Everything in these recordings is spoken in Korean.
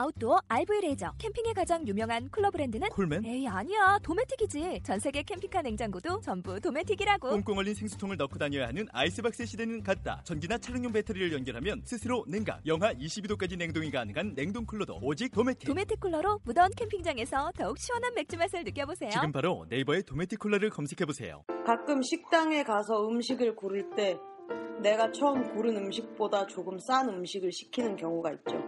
아웃도어 RV 레저 캠핑에 가장 유명한 쿨러 브랜드는 콜맨? 에이 아니야 도메틱이지 전 세계 캠핑카 냉장고도 전부 도메틱이라고 꽁꽁 얼린 생수통을 넣고 다녀야 하는 아이스박스 시대는 갔다. 전기나 차량용 배터리를 연결하면 스스로 냉각, 영하 22도까지 냉동이 가능한 냉동 쿨러도 오직 도메틱. 도메틱 쿨러로 무더운 캠핑장에서 더욱 시원한 맥주 맛을 느껴보세요 지금 바로 네이버에 도메틱 쿨러를 검색해 보세요. 가끔 식당에 가서 음식을 고를 때 내가 처음 고른 음식보다 조금 싼 음식을 시키는 경우가 있죠.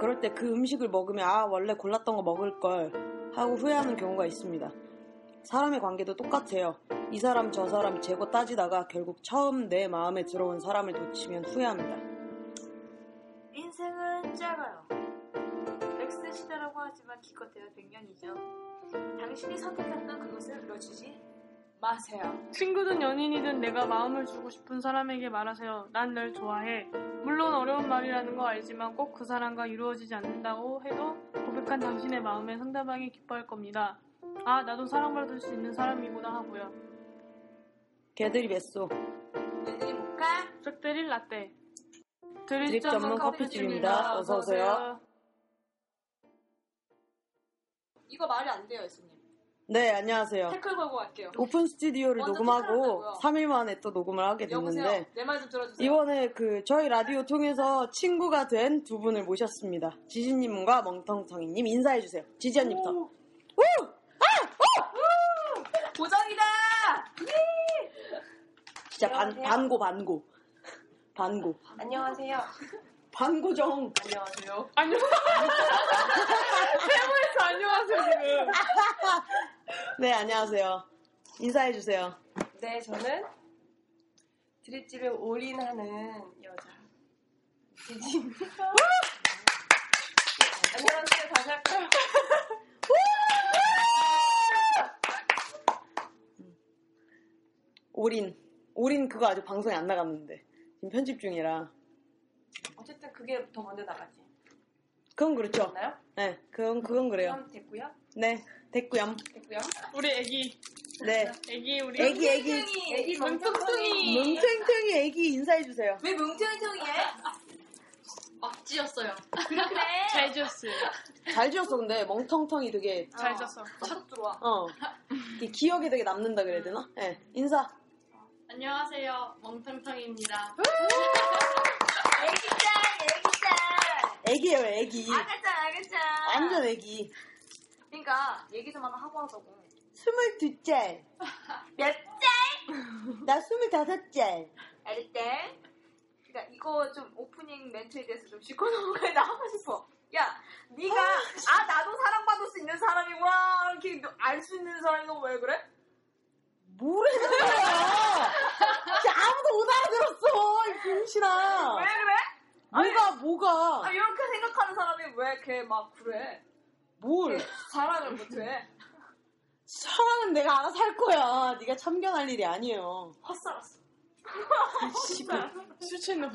그럴 때 그 음식을 먹으면 아, 원래 골랐던 거 먹을 걸 하고 후회하는 경우가 있습니다. 사람의 관계도 똑같아요. 이 사람 저 사람 재고 따지다가 결국 처음 내 마음에 들어온 사람을 놓치면 후회합니다. 인생은 짧아요. 100세 시대라고 하지만 기껏해야 100년이죠. 당신이 선택했던 그것을 놓치지 마세요. 친구든 연인이든 내가 마음을 주고 싶은 사람에게 말하세요. 난 널 좋아해. 물론 어려운 말이라는 거 알지만 꼭 그 사람과 이루어지지 않는다고 해도 고백한 당신의 마음에 상대방이 기뻐할 겁니다. 아, 나도 사랑받을 수 있는 사람이구나 하고요. 개들이 뱃소. 애들이 못 가? 쑥드릴 라떼. 드립 전문 커피집입니다. 어서 오세요. 이거 말이 안 돼요, 예수님. 네, 안녕하세요. 태클 걸고 갈게요. 오픈 스튜디오를 먼저 녹음하고 끝났다고요. 3일 만에 또 녹음을 하게 여보세요. 됐는데 내 말 좀 들어주세요. 이번에 그 저희 라디오 통해서 친구가 된 두 분을 모셨습니다. 지진님과 멍텅텅이님 인사해주세요. 지지언님부터. 아! 어! 고정이다. 예! 진짜 반, 반고 반고. 반고. 안녕하세요. 반고정. 안녕하세요. 안녕하세요. 세모에서 안녕하세요, 지금. 네, 안녕하세요. 인사해주세요. 네, 저는 드립집에 올인하는 여자 지지입니다. 안녕하세요, 다시 할까요? 올인. 올인 그거 아직 방송에 안 나갔는데. 지금 편집 중이라. 어쨌든 그게 더 먼저 나가지. 그건 그렇죠. 맞나요? 네, 그건, 그건 그래요. 그럼 됐고요. 네, 됐구요. 됐고요. 우리 애기. 네. 애기, 우리. 애기, 애기. 애기 멍텅텅이. 뭉탱탱이 애기 인사해주세요. 왜 뭉텅텅이해? 막 찢었어요. 그래. 잘 지었어. 잘 지었어, 근데. 멍텅텅이 되게. 잘 지었어. 착 들어와. 어. 이게 기억에 되게 남는다 그래야 되나? 예. 인사. 안녕하세요. 멍텅텅입니다. 애기짱, 애기짱. 애기예요, 애기. 아가짱, 아가짱. 완전 애기. 그러니까 얘기 좀 하나 하고 하자고. 스물두 짤. 몇 짤? 나 스물다섯 짤. 알을 때. 그러니까 이거 좀 오프닝 멘트에 대해서 좀 짚고 넘어가야 나 하고 싶어. 야, 네가 아 나도 사랑받을 수 있는 사람이구나 이렇게 알 수 있는 사람이고 왜 그래? 모르는 거야. 진짜 아무도 못 알아들었어, 이 병신아. 왜 그래? 뭐가, 아, 뭐가. 이렇게 생각하는 사람이 왜 걔 막 그래? 뭘. 네, 사랑을 못해. 사랑은 내가 알아서 할 거야. 네가 참견할 일이 아니에요. 헛살았어. 술 취했나봐.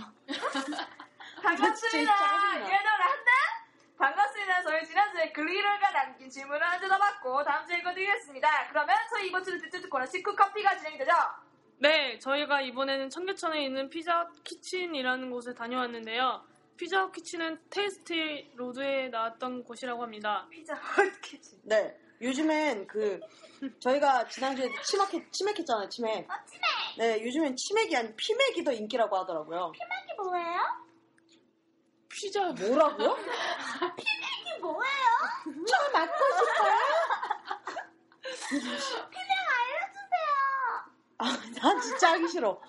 반갑습니다. 짜증나. 예전을 한다? 반갑습니다. 저희 지난주에 글리럴가 남긴 질문을 한 주나 받고 다음 주에 읽어드리겠습니다. 그러면 저희 이번 주는 뚜뚜뚜 코너 식구 커피가 진행되죠? 네, 저희가 이번에는 청계천에 있는 피자 키친이라는 곳에 다녀왔는데요. 피자 키친은 테이스티 로드에 나왔던 곳이라고 합니다. 피자 헛키친. 네. 요즘엔 그, 저희가 지난주에 치맥, 치맥했잖아요, 치맥. 네, 요즘엔 치맥이 아닌 피맥이 더 인기라고 하더라고요. 이게 뭐예요? 피자 뭐라고요? 이게 뭐예요? 저 맞고 싶어요? 알려주세요. 아, 난 진짜 하기 싫어.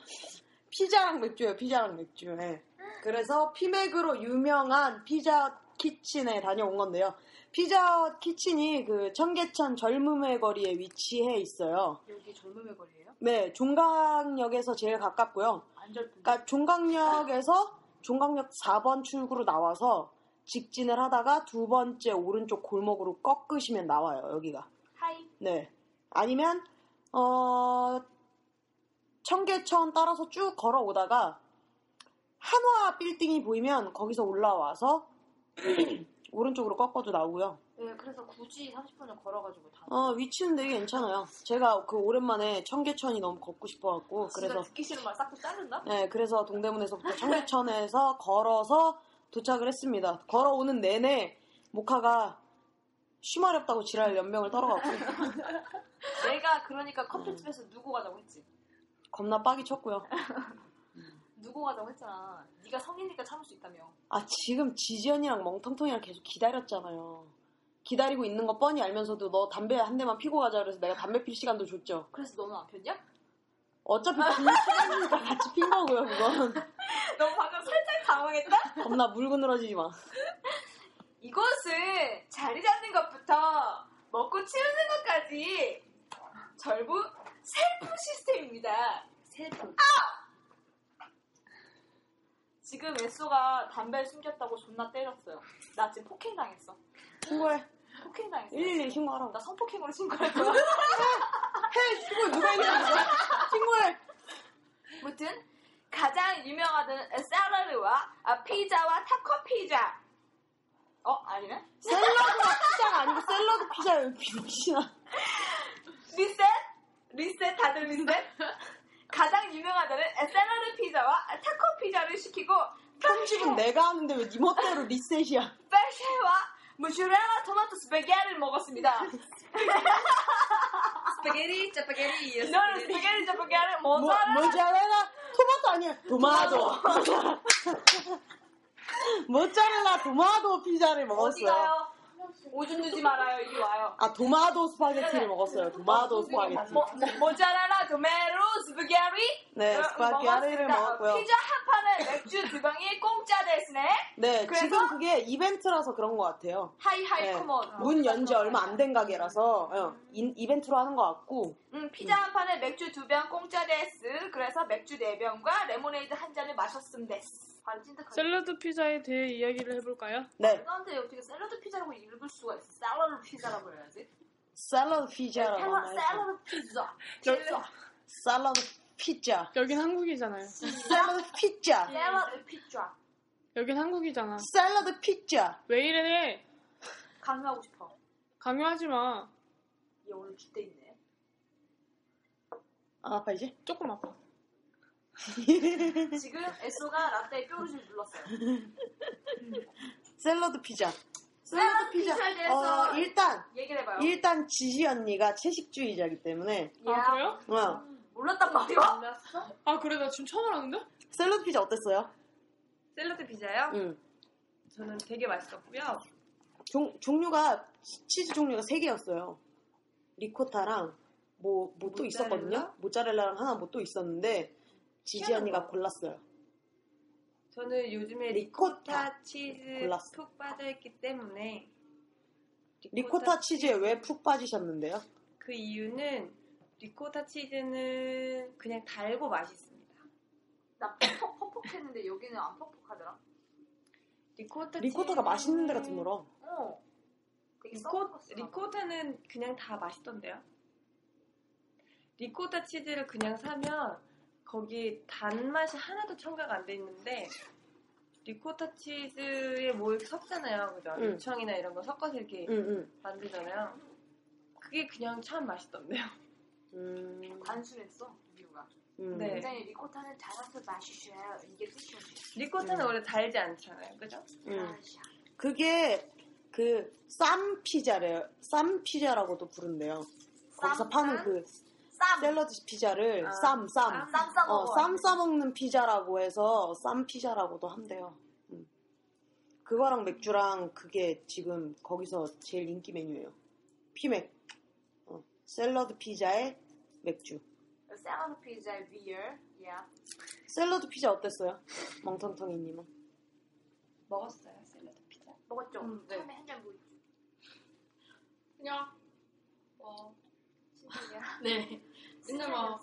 피자랑 맥주예요, 피자랑 맥주. 예. 그래서 피맥으로 유명한 피자 키친에 다녀온 건데요. 피자 키친이 그 청계천 젊음의 거리에 위치해 있어요. 여기 젊음의 거리예요? 네, 종강역에서 제일 가깝고요. 안 젊은. 그러니까 종강역에서 종강역 4번 출구로 나와서 직진을 하다가 두 번째 오른쪽 골목으로 꺾으시면 네. 나와요, 여기가. 하이. 네. 아니면 어 청계천 따라서 쭉 걸어오다가 한화 빌딩이 보이면 거기서 올라와서 오른쪽으로 꺾어도 나오고요. 네, 그래서 굳이 30분을 걸어가지고 다. 어, 위치는 되게 괜찮아요. 제가 그 오랜만에 청계천이 너무 걷고 싶어갖고 그래서 그래서 듣기 싫은 말 싹 다 자른다? 네, 그래서 동대문에서부터 청계천에서 걸어서 도착을 했습니다. 걸어오는 내내 모카가 쉬말이 없다고 지랄 연병을 떨어갖고 내가 그러니까 커피집에서 누구 가자고 했지. 겁나 빡이 쳤고요. 누구 가자고 했잖아. 네가 성인이니까 참을 수 있다며. 아, 지금 지지연이랑 멍텅텅이랑 계속 기다렸잖아요. 기다리고 있는 거 뻔히 알면서도 너 담배 한 대만 피고 가자 그래서 내가 담배 필 시간도 줬죠. 그래서 너는 안 폈냐? 어차피 빈 시간이니까 같이 핀 거고요, 그건. 너 방금 살짝 당황했다? 겁나 물그늘어지지 마. 이것을 자리 잡는 것부터 먹고 치우는 것까지 절부 셀프 시스템입니다. 셀프. 아! 지금 에쏘가 담배를 숨겼다고 존나 때렸어요. 나 지금 폭행 당했어. 신고해. 폭행 당했어. 112 신고하라고. 나 성폭행으로 신고할 거야. 해! 신고 누가 했냐고. 신고해. 무튼 가장 유명하던 샐러드와 아, 피자와 타코 피자. 어 아니네? 샐러드가 피자가 아니고 샐러드 피자예요, 미친아. 리셋? 리셋 다들 리셋? 가장 유명하다는 샐러드 피자와 타코 피자를 시키고 편집은 내가 하는데 왜 네 멋대로 리셋이야. 페쉐와 뭐, 무슈렐라 토마토 스파게티를 먹었습니다. 스파게티, 짜파게티, 너는 스파게티 스파게티 뭐, 모짜렐라 모짜렐라 토마토 아니야. 도마도. 모짜렐라 도마도 피자를 어디 먹었어요. 가요? 오줌 누지 말아요 이리 와요. 아, 도마도 스파게티를 네. 먹었어요. 도마도 스파게티. 모, 뭐, 모- 모짜렐라 도메로 스파게티 네, 어, 스파게티를 먹었습니다. 먹었고요. 피자 한 판에 맥주 두 병이 공짜 대신에 네, 그래서? 지금 그게 이벤트라서 그런 것 같아요. 하이 하이 네, 쿠먼 문 연 지 얼마 안 된 가게라서 어, 인- 이벤트로 하는 것 같고 음, 피자 한 판에 맥주 두 병 공짜 데스 그래서 맥주 네 병과 레모네이드 한 잔을 마셨음 데스 아 찐득하게 샐러드 피자에 대해 이야기를 해볼까요? 네, 그런데 어떻게 샐러드 피자라고 읽을 수가 있어 샐러드 피자라고 해야지 샐러드 피자라고 샐러- 하나요? 샐러드 피자 피자 그렇죠. 샐러드 피자, 여긴 한국이잖아요. 샐러드 피자, 샐러드 피자 여긴 한국이잖아. 샐러드 피자. 왜 이래? 강요하고 싶어 강요하지 마. 얘 오늘 주대 있네 안 아파 이제? 조금 아파. 지금 에소가 라떼에 뾰루지를 눌렀어요 샐러드 피자. 샐러드 피자에 대해서 어, 일단 얘기를 해봐요 일단 지지 언니가 채식주의자이기 때문에 예. 아, 야, 그래요? 어, 몰랐단 말이야 아, 그래. 나 지금 처음 알았는데? 샐러드 피자 어땠어요? 샐러드 피자요? 응. 저는 되게 맛있었고요. 종, 종류가 치즈 종류가 세 개였어요. 리코타랑 뭐 뭐 또 있었거든요. 모짜렐라랑 하나 뭐 또 있었는데 지지 희한한 언니가 거. 골랐어요. 저는 요즘에 리코타. 리코타, 치즈 아, 골랐어. 푹 빠져있기 때문에 리코타 치즈에 왜 푹 빠지셨는데요? 그 이유는 리코타 치즈는 그냥 달고 맛있습니다. 나 퍽퍽 퍽퍽했는데 여기는 안 퍽퍽하더라 리코타 리코타가 치즈는- 맛있는 데가 드물어. 어 되게 리코, 썩었어 리코타는 그냥 다 맛있던데요. 리코타 치즈를 그냥 사면 거기 단맛이 하나도 첨가가 안 돼 있는데 리코타 치즈에 뭐 이렇게 섞잖아요. 그죠? 응. 요청이나 이런 거 섞어서 이렇게 응응. 만들잖아요. 그게 그냥 참 맛있던데요. 음, 단순했어 이유가 음. 네. 굉장히 리코타는 달아서 맛이셔요 이게 뜻이었어요 리코타는 음. 원래 달지 않잖아요. 그죠? 음. 그게 그 쌈 피자래요. 쌈 피자라고도 부른대요. 거기서 파는 그 샐러드 피자를 아, 쌈 쌈. 쌈? 쌈싸 어, 먹어 쌈 싸먹는 피자라고 해서 쌈 피자라고도 한대요. 음. 그거랑 맥주랑 그게 지금 거기서 제일 인기 메뉴예요. 피맥. 어, 샐러드 피자에 맥주. 그 샐러드 피자의 예. 비열 yeah. 샐러드 피자 어땠어요? 멍텅텅이님은. 먹었어요. 샐러드 피자. 먹었죠? 음, 네. 처음에 한잔 보이지 그냥, 어, 신기해 네. 맨날 막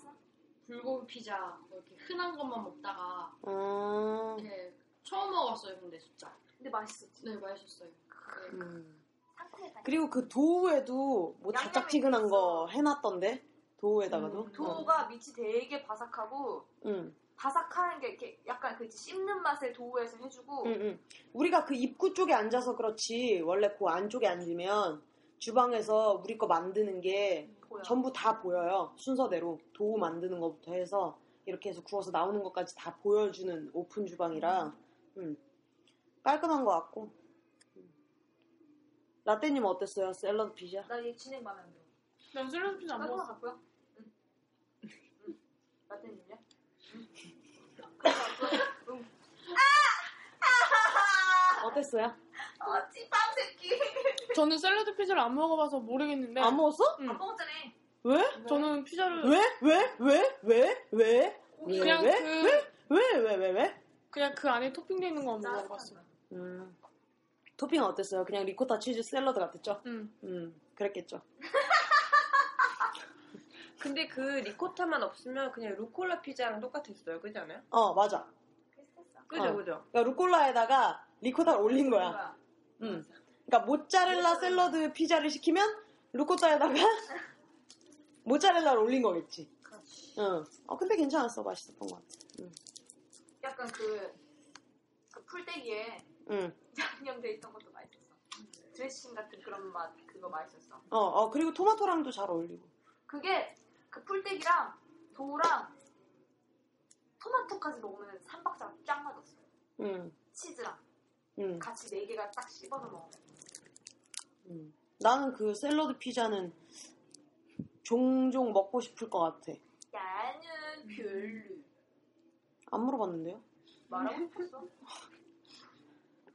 불고기 피자, 뭐 이렇게 흔한 것만 먹다가, 음, 네. 처음 먹었어요, 근데 진짜. 근데 맛있었지 아, 네, 맛있었어요. 네. 음. 상큼해 그리고 그 도우에도 뭐 양념이 자작지근한 거 있어. 해놨던데? 도우에다가도. 어, 음, 도우가 밑이 되게 바삭하고 응. 바삭한 게 이렇게 약간 그 씹는 맛을 도우에서 해주고 응, 응. 우리가 그 입구 쪽에 앉아서 그렇지 원래 그 안쪽에 앉으면 주방에서 우리 거 만드는 게 보여. 전부 다 보여요 순서대로 도우 만드는 것부터 해서 이렇게 해서 구워서 나오는 것까지 다 보여주는 오픈 주방이라 음, 깔끔한 것 같고 음. 라떼님 어땠어요 샐러드 피자? 나 얘 진행 마음에 안 들어. 난 슬럼피는 안 깔끔한 먹었어. 같고요. 뭐 응. 응. 라떼님이요? 응. 깔끔한 같고요. 응. 어땠어요? 어, 찐빵 새끼. 저는 샐러드 피자를 안 먹어봐서 네. 모르겠는데. 안 먹었어? 응. 안 먹었잖아. 왜? 저는 피자를 왜? 왜? 왜? 왜? 왜? 고기 그냥 왜? 그 왜? 왜? 왜? 왜? 그냥 그 안에 토핑되어 있는 거안 먹어봤어. 음. 토핑은 어땠어요? 그냥 리코타 치즈 샐러드 같았죠? 응. 음, 그랬겠죠. 근데 그 리코타만 없으면 그냥 루꼴라 피자랑 똑같았어요. 그지 않아요? 어, 맞아. 그죠, 어. 그죠. 그러니까 루꼴라에다가 리코타를 올린 거야. 음. 그러니까 모짜렐라 샐러드 피자를 시키면 루코타에다가 모짜렐라를 올린 거겠지. 응. 어, 근데 괜찮았어. 맛있었던 것 같아. 약간 그, 그 풀떼기에 응. 양념돼 있던 것도 맛있었어. 드레싱 같은 그런 맛 그거 맛있었어. 어, 어, 그리고 토마토랑도 잘 어울리고. 그게 그 풀떼기랑 도우랑 토마토까지 넣으면 삼박자 짱 맞았어. 응. 치즈랑 응. 같이 네 개가 딱 씹어서 먹으면. 음. 나는 그 샐러드 피자는 종종 먹고 싶을 것 같아. 나는 별로 안 물어봤는데요? 말하고 싶었어.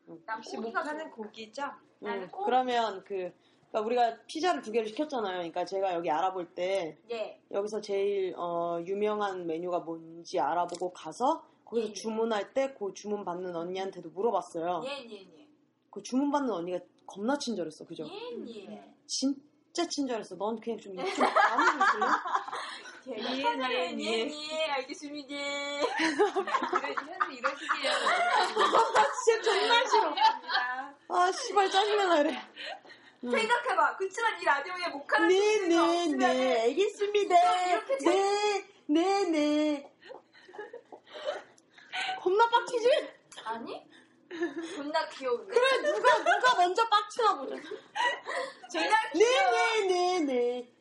음. 난 혹시 아, 고기가 목하는 좋은 고기죠? 나는 음, 꼭- 그러면 그 그러니까 우리가 피자를 두 개를 시켰잖아요. 그러니까 제가 여기 알아볼 때 예. 여기서 제일 어, 유명한 메뉴가 뭔지 알아보고 가서 거기서 예. 주문할 때 그 주문 받는 언니한테도 물어봤어요. 예예예. 그 주문 받는 언니가 겁나 친절했어, 그죠? 예예. 진짜 친절했어. 넌 그냥 좀 입 좀 다물고 있을래? 예예예. 예예. 알겠습니다. 이런, 현재 이런 식이에요. 진짜 정말 싫어. 아, 씨발 짜증나 이래. 음. 생각해봐. 그치만 이 라디오에 목하는 네, 네, 없으면은 네, 알겠습니다. 이렇게 네, 네, 네. 겁나 빡치지? 아니? 존나 귀여운데? 그래, 누가, 누가 먼저 빡치나 보자. 존나 네, 네, 네,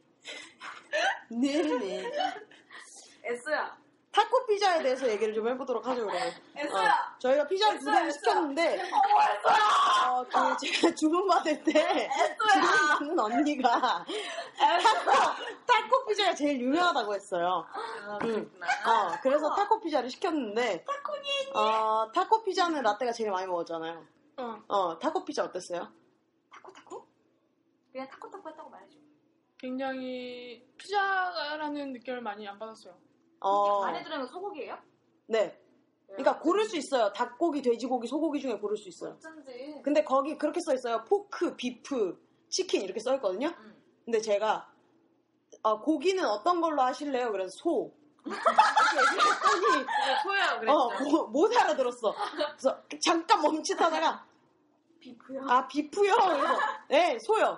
네. 네, 네. 애써야. 타코 피자에 대해서 얘기를 좀 해보도록 하죠, 그러면. 애써야. 어, 저희가 피자를 두 개를 시켰는데, 어, 그 제가 주문받을 때, 주문받는 언니가, 타코, 타코 피자가 제일 유명하다고 했어요. 아, 음. 그렇구나. 어, 그래서 타코 피자를 시켰는데 어, 타코 피자는 라떼가 제일 많이 먹었잖아요. 어. 어, 타코 피자 어땠어요? 타코타코? 그냥 타코타코 했다고 말해줘. 굉장히 피자라는 느낌을 많이 안 받았어요. 어, 안에 들어있는 거 소고기예요? 네. 그러니까 고를 수 있어요. 닭고기, 돼지고기, 소고기 중에 고를 수 있어요. 어쩐지. 근데 거기 그렇게 써 있어요. 포크, 비프, 치킨 이렇게 써 있거든요. 음. 근데 제가 어, 고기는 어떤 걸로 하실래요? 그래서 소. 이렇게 얘기했더니 그거 소요, 아, 그랬죠. 어, 뭐- 못 알아들었어. 그래서 잠깐 멈칫하다가 비프야. 아 비프요. 그래서 네 소요.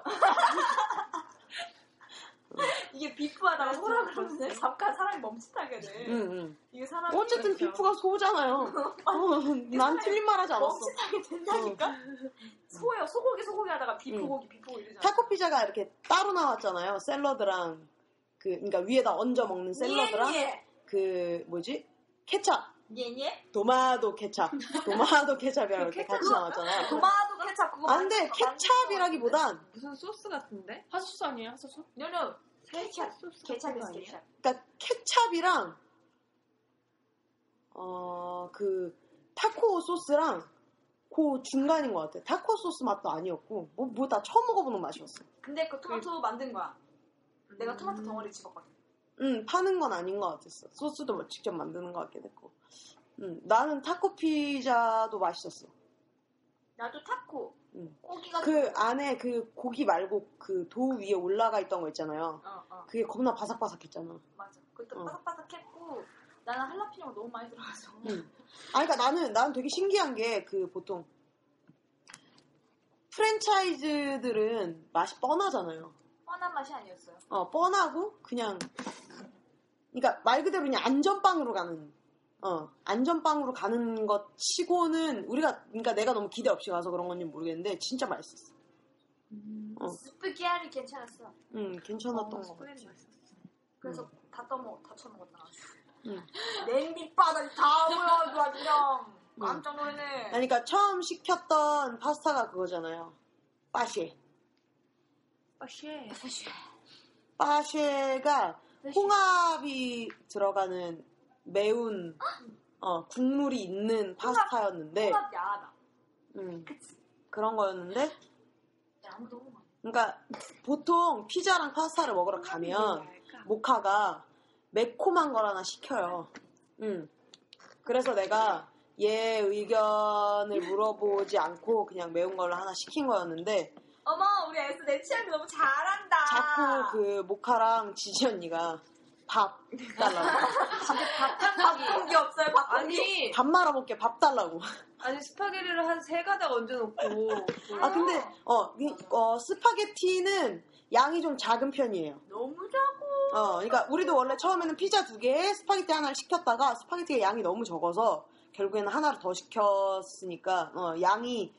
이게 아, 비프하다가 아, 소라 그러면 잠깐 사람이 멈칫하게 돼. 응, 응. 이게 네. 사람이 음, 그러니까 뭐 어쨌든 그렇죠. 비프가 소잖아요. 어, 난 틀린 말 하지 않았어. 어. 멈칫하게 된다니까? 소예요. 소고기 소고기 하다가 비프고기 비프고기 이러잖아. 타코 피자가 이렇게 따로 나왔잖아요. 샐러드랑 그 그러니까 위에다 얹어 먹는 샐러드랑 예, 그 뭐지? 케찹. 예. 예, 예. 도마도 케찹. 도마도 케찹이랑 이렇게 케찹 같이 나왔잖아. 아, 도마도 케찹 그거 안 돼. 만드는 거, 케찹이라기보단 무슨 소스 같은데? 핫소스 아니에요? 핫소스? 만드는 거. No, no. 살짝 소스 같은 거 케찹이었어, 아니에요? 케찹. 그러니까 케찹이랑 어 그 타코 소스랑 그 중간인 것 같아. 타코 소스 맛도 아니었고 뭐뭐 다 처음 먹어보는 맛이었어. 근데 그 토마토 만든 거야. 내가 토마토 덩어리 집었거든. 음, 파는 건 아닌 것 같았어. 소스도 뭐 직접 만드는 것 같긴 했고. 음, 나는 타코 피자도 맛있었어. 나도 타코. 음. 고기가 그 안에 그 고기 말고 그 도우 위에 올라가 있던 거 있잖아요. 어, 어. 그게 겁나 바삭바삭했잖아. 맞아. 그때 어. 바삭바삭했고 나는 할라피뇨가 너무 많이 들어가서 음. 아, 그러니까 나는, 나는 되게 신기한 게 그 보통 프랜차이즈들은 맛이 뻔하잖아요. 뻔한 맛이 아니었어요. 어, 뻔하고 그냥 그러니까 말 그대로 그냥 안전빵으로 가는 어, 안전빵으로 가는 것 치고는 우리가 그러니까 내가 너무 기대 없이 가서 그런 건지 모르겠는데 진짜 맛있었어. 음, 어. 스프기알이 괜찮았어. 음, 괜찮았던 것 같아. 스프레드 맛있었어. 그래서 음. 다 떠먹 다 쳐먹었나. 음. 냄비 바닥이 다 올라와서 그냥 깜짝 놀랐네. 아니, 그러니까 처음 시켰던 파스타가 그거잖아요. 빠쉐. 아, 쉐. 빠쉐가 홍합이 들어가는 매운 어, 국물이 있는 파스타였는데 홍합 야하다. 음, 그런 거였는데 양도 홍합. 그러니까 보통 피자랑 파스타를 먹으러 가면 모카가 매콤한 걸 하나 시켜요. 음. 그래서 내가 얘 의견을 물어보지 않고 그냥 매운 걸 하나 시킨 거였는데 어머 우리 애스 내 취향 너무 잘한다. 자꾸 그 모카랑 지지 언니가 밥 달라고 밥공기 없어요 밥공기. 아니, 밥 말아 먹게 밥 달라고 아니, 스파게리를 한 세 가닥 얹어놓고. 아 근데 어, 이- 어, 스파게티는 양이 좀 작은 편이에요 너무 작고. 어, 그러니까 우리도 원래 처음에는 피자 두 개에 스파게티 하나를 시켰다가 스파게티의 양이 너무 적어서 결국에는 하나를 더 시켰으니까 어, 양이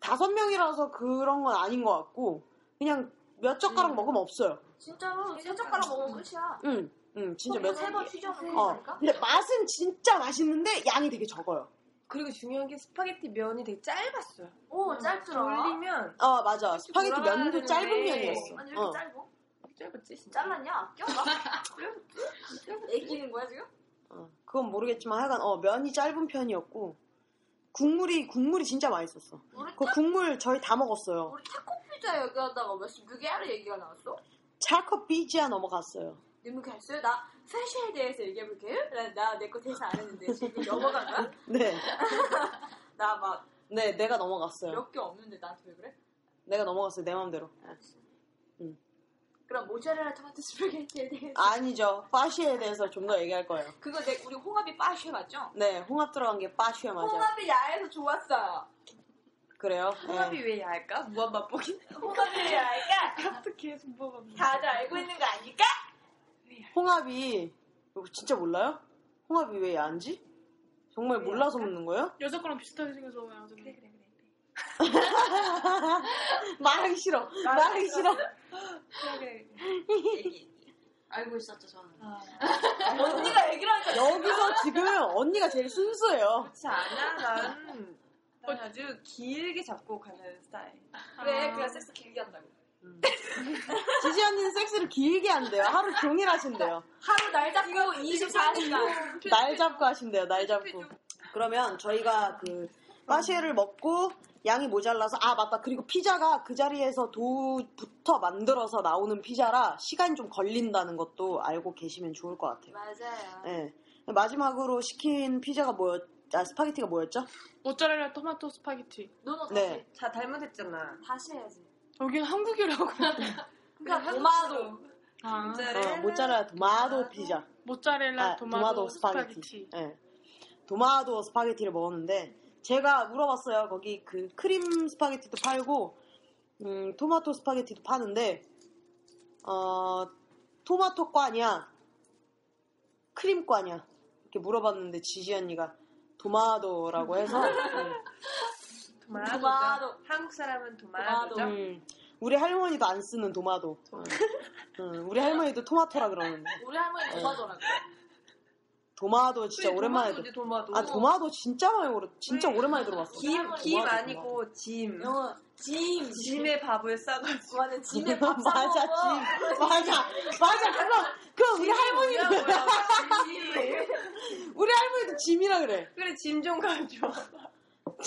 다섯 명이라서 그런 건 아닌 것 같고 그냥 몇 젓가락 먹으면 없어요. 진짜로 세 젓가락 먹으면 끝이야. 응, 응, 진짜 몇. 세번 튀겨먹는 어, 거니까. 근데 맛은 진짜 맛있는데 양이 되게 적어요. 그리고 중요한 게 스파게티 면이 되게 짧았어요. 음. 오 짧더라. 돌리면 어, 맞아. 스파게티 돌아가야 면도 되는데. 짧은 면이었어. 아니 왜 이렇게 어. 짧고? 짧았지, 진짜. 잘랐냐? 아껴? 애기는 거야 지금? 어, 그건 모르겠지만 하여간 어, 면이 짧은 편이었고 국물이 국물이 진짜 맛있었어. 우리 그 국물 저희 다 먹었어요. 우리 타코 피자 얘기하다가 왜 스프게아르 얘기가 나왔어? 차커 삐지아 넘어갔어요. 너무 갔어요? 나 패션에 대해서 얘기해볼게요. 나내 거 대사 안 했는데 지금 넘어간 거야? 네. 나 막 몇 개 네, 내가 넘어갔어요. 없는데 나한테 왜 그래? 내가 넘어갔어요. 내 마음대로. 그 그럼 모짜렐라 토마토 스프게티에 대해서 아니죠. 빠시에 대해서 좀 더 얘기할 거예요. 그거 내 우리 홍합이 빠쉬 맞죠? 네, 홍합 들어간 게 빠시에 맞아요. 홍합이 야해서 좋았어요. 그래요? 홍합이 네. 왜 얇까? 무한 맛보기? 홍합이 야해가 어떻게 해서 무한 맛보기? 다들 알고 있는 거 아닐까? 홍합이 이거 진짜 몰라요? 홍합이 왜 야한지? 정말 몰라서 묻는 거예요? 여자 거랑 비슷하게 생겨서 그냥 아주 그래 그래 그래. 말하기 싫어. 말하기 싫어. 알고 있었죠 저는. 아, 언니가 얘기를 하니까 여기서 지금 언니가 제일 순수해요. 그렇지 않아? 난, 어. 난 아주 길게 잡고 가는 스타일. 그래 아. 그냥 섹스 길게 한다고. 지지 언니는 섹스를 길게 한대요. 하루 종일 하신대요. 하루 날 잡고 24시간. 날 잡고 하신대요. 날 잡고. 그러면 저희가 그 파시에를 먹고 양이 모자라서 아 맞다 그리고 피자가 그 자리에서 도부터 만들어서 나오는 피자라 시간이 좀 걸린다는 것도 알고 계시면 좋을 것 같아요. 맞아요. 예. 마지막으로 시킨 피자가 뭐였? 아 스파게티가 뭐였죠? 모짜렐라 토마토 스파게티. 넌 어떻게? 네. 자, 잘못했잖아. 다시 해야지. 여긴 한국이라고. 그러니까 한국으로 도마도. 아, 어, 네. 모짜렐라. 모짜렐라 도마도 피자. 모짜렐라 아, 토마토, 스파게티. 예. 도마도 스파게티를 먹었는데 제가 물어봤어요. 거기 그 크림 스파게티도 팔고 음, 토마토 스파게티도 파는데 어, 토마토과냐 크림과냐 이렇게 물어봤는데 지지 언니가 도마도라고 해서 음, 도마도죠. 도마도. 한국 사람은 도마도죠. 도마도. 음, 우리 할머니도 안 쓰는 도마도. 음, 음, 우리 할머니도 토마토라 그러는데 우리 할머니 도마도라고. 도마도 진짜 오랜만에 도마도지, 도마도. 아 음. 도마도 진짜 많이 오래 진짜 네. 그래. 오랜만에 들어봤어. 김, 아, 도마도, 김 도마도. 아니고 짐. 영어 짐. 짐의 밥을 싸가지고. 맞아 짐에 밥 싸먹어. 맞아 짐 맞아 맞아 그럼 그럼 우리 할머니도 뭐야, 뭐야, 짐. 우리 할머니도 짐이라 그래. 그래, 짐 좀 가져.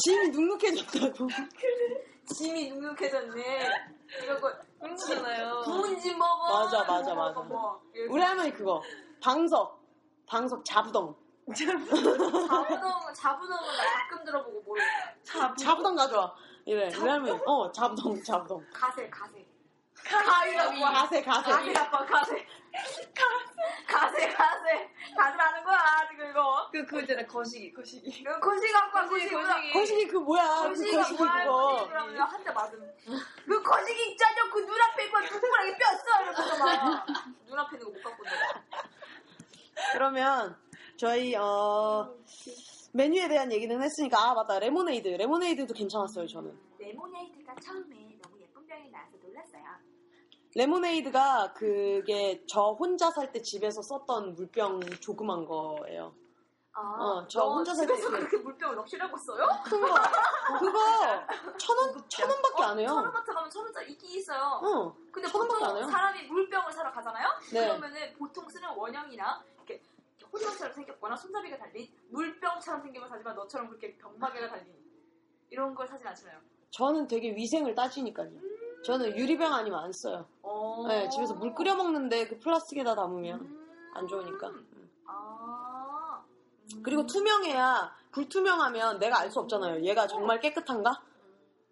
짐이 눅눅해졌다고. 짐이 눅눅해졌네. 이러고 그런 거잖아요. 구운 짐 먹어. 맞아, 맞아, 이러고 맞아. 뭐. 이렇게 우리 할머니 그거 방석 방석 자부덩 자부동 자부동은 나 가끔 들어보고 모르겠다. 자부덩 가져와 이래 우리 할머니 어 자부덩 자부덩 가세 가세. 가이라고 와. 가세 가세 가세 아빠 가세. 가세 가세 가세 가세라는 거야 지금 이거. 그 그거 있잖아 거시기 거시기. 이거 거시기과 거시기, 거시기보다 거시기 그 뭐야? 그 거시기가 거시기 뭐야? 그거. 거시기라면 한대 맞음. 그 거시기 있잖아. 그 눈앞에 있고 눈구랑이 뼈써 이러면서 막 눈앞에 있는 거 못 갖고 있는 그러면 저희 어 음. 메뉴에 대한 얘기는 했으니까 아 맞다 레모네이드 레모네이드도 괜찮았어요 저는 레모네이드가 처음에 너무 예쁜 병이 나와서 놀랐어요. 레모네이드가 그게 저 혼자 살 때 집에서 썼던 물병 조그만 거예요 어, 저 혼자 살 아, 집에서 때는- 그렇게 물병을 넋이라고 써요? 큰 거 그거 천원 천 원밖에 안 천 해요 원마트 가면 천 원짜리 있긴 있어요. 어 근데 천 원밖에 보통 안 해요. 사람이 물병을 사러 가잖아요? 네. 그러면은 보통 쓰는 원형이나 이렇게 호주처럼 생겼거나 손잡이가 달린 물병처럼 생긴 걸 사지만 너처럼 그렇게 병마개가 달린 이런 걸 사진 않잖아요. 저는 되게 위생을 따지니까요 저는 유리병 아니면 안 써요 어. 네, 집에서 물 끓여 먹는데 그 플라스틱에다 담으면 음. 안 좋으니까 아. 음. 그리고 투명해야 불투명하면 내가 알 수 없잖아요. 얘가 정말 깨끗한가?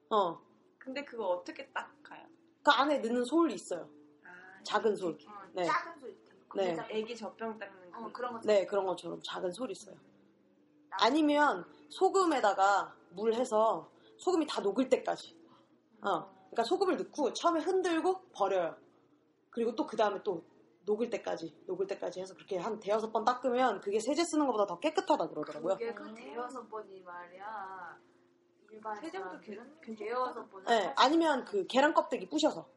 어. 근데 그거 어떻게 닦아요? 그 안에 넣는 솔이 있어요. 아, 작은 솔. 어, 네. 작은 소리. 네. 네. 애기 젖병 닦는 거. 어, 그런 거. 네, 그런 것처럼 작은 솔이 있어요. 아니면 소금에다가 물 해서 소금이 다 녹을 때까지. 어. 그러니까 소금을 넣고 처음에 흔들고 버려요. 그리고 또 그 다음에 또 녹을 때까지, 녹을 때까지 해서 그렇게 한 대여섯 번 닦으면 그게 세제 쓰는 것보다 더 깨끗하다 그러더라고요. 이게 그 대여섯 번이 말이야. 일반 그 세정도 괜- 대여섯 번. 네, 아니면 그 계란 껍데기 부셔서.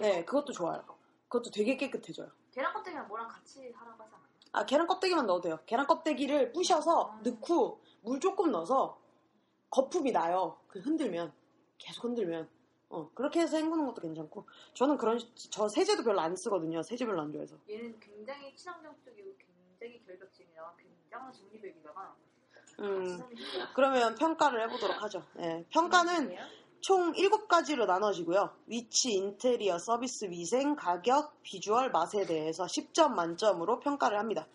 네, 그것도 좋아요. 그것도 되게 깨끗해져요. 계란 껍데기랑 뭐랑 같이 하라고 하지 않았나? 아, 계란 껍데기만 넣어도 돼요. 계란 껍데기를 부셔서 아. 넣고 물 조금 넣어서 거품이 나요. 그 흔들면 계속 흔들면 어 그렇게 해서 헹구는 것도 괜찮고 저는 그런 시- 저 세제도 별로 안 쓰거든요. 세제 별로 안 좋아해서 얘는 굉장히 친환경적이고 굉장히 결벽증이라 굉장한 정리배기다가 음 그러면 평가를 해보도록 하죠. 네, 평가는 총 7가지로 나눠지고요. 위치, 인테리어, 서비스, 위생, 가격, 비주얼, 맛에 대해서 10점 만점으로 평가를 합니다.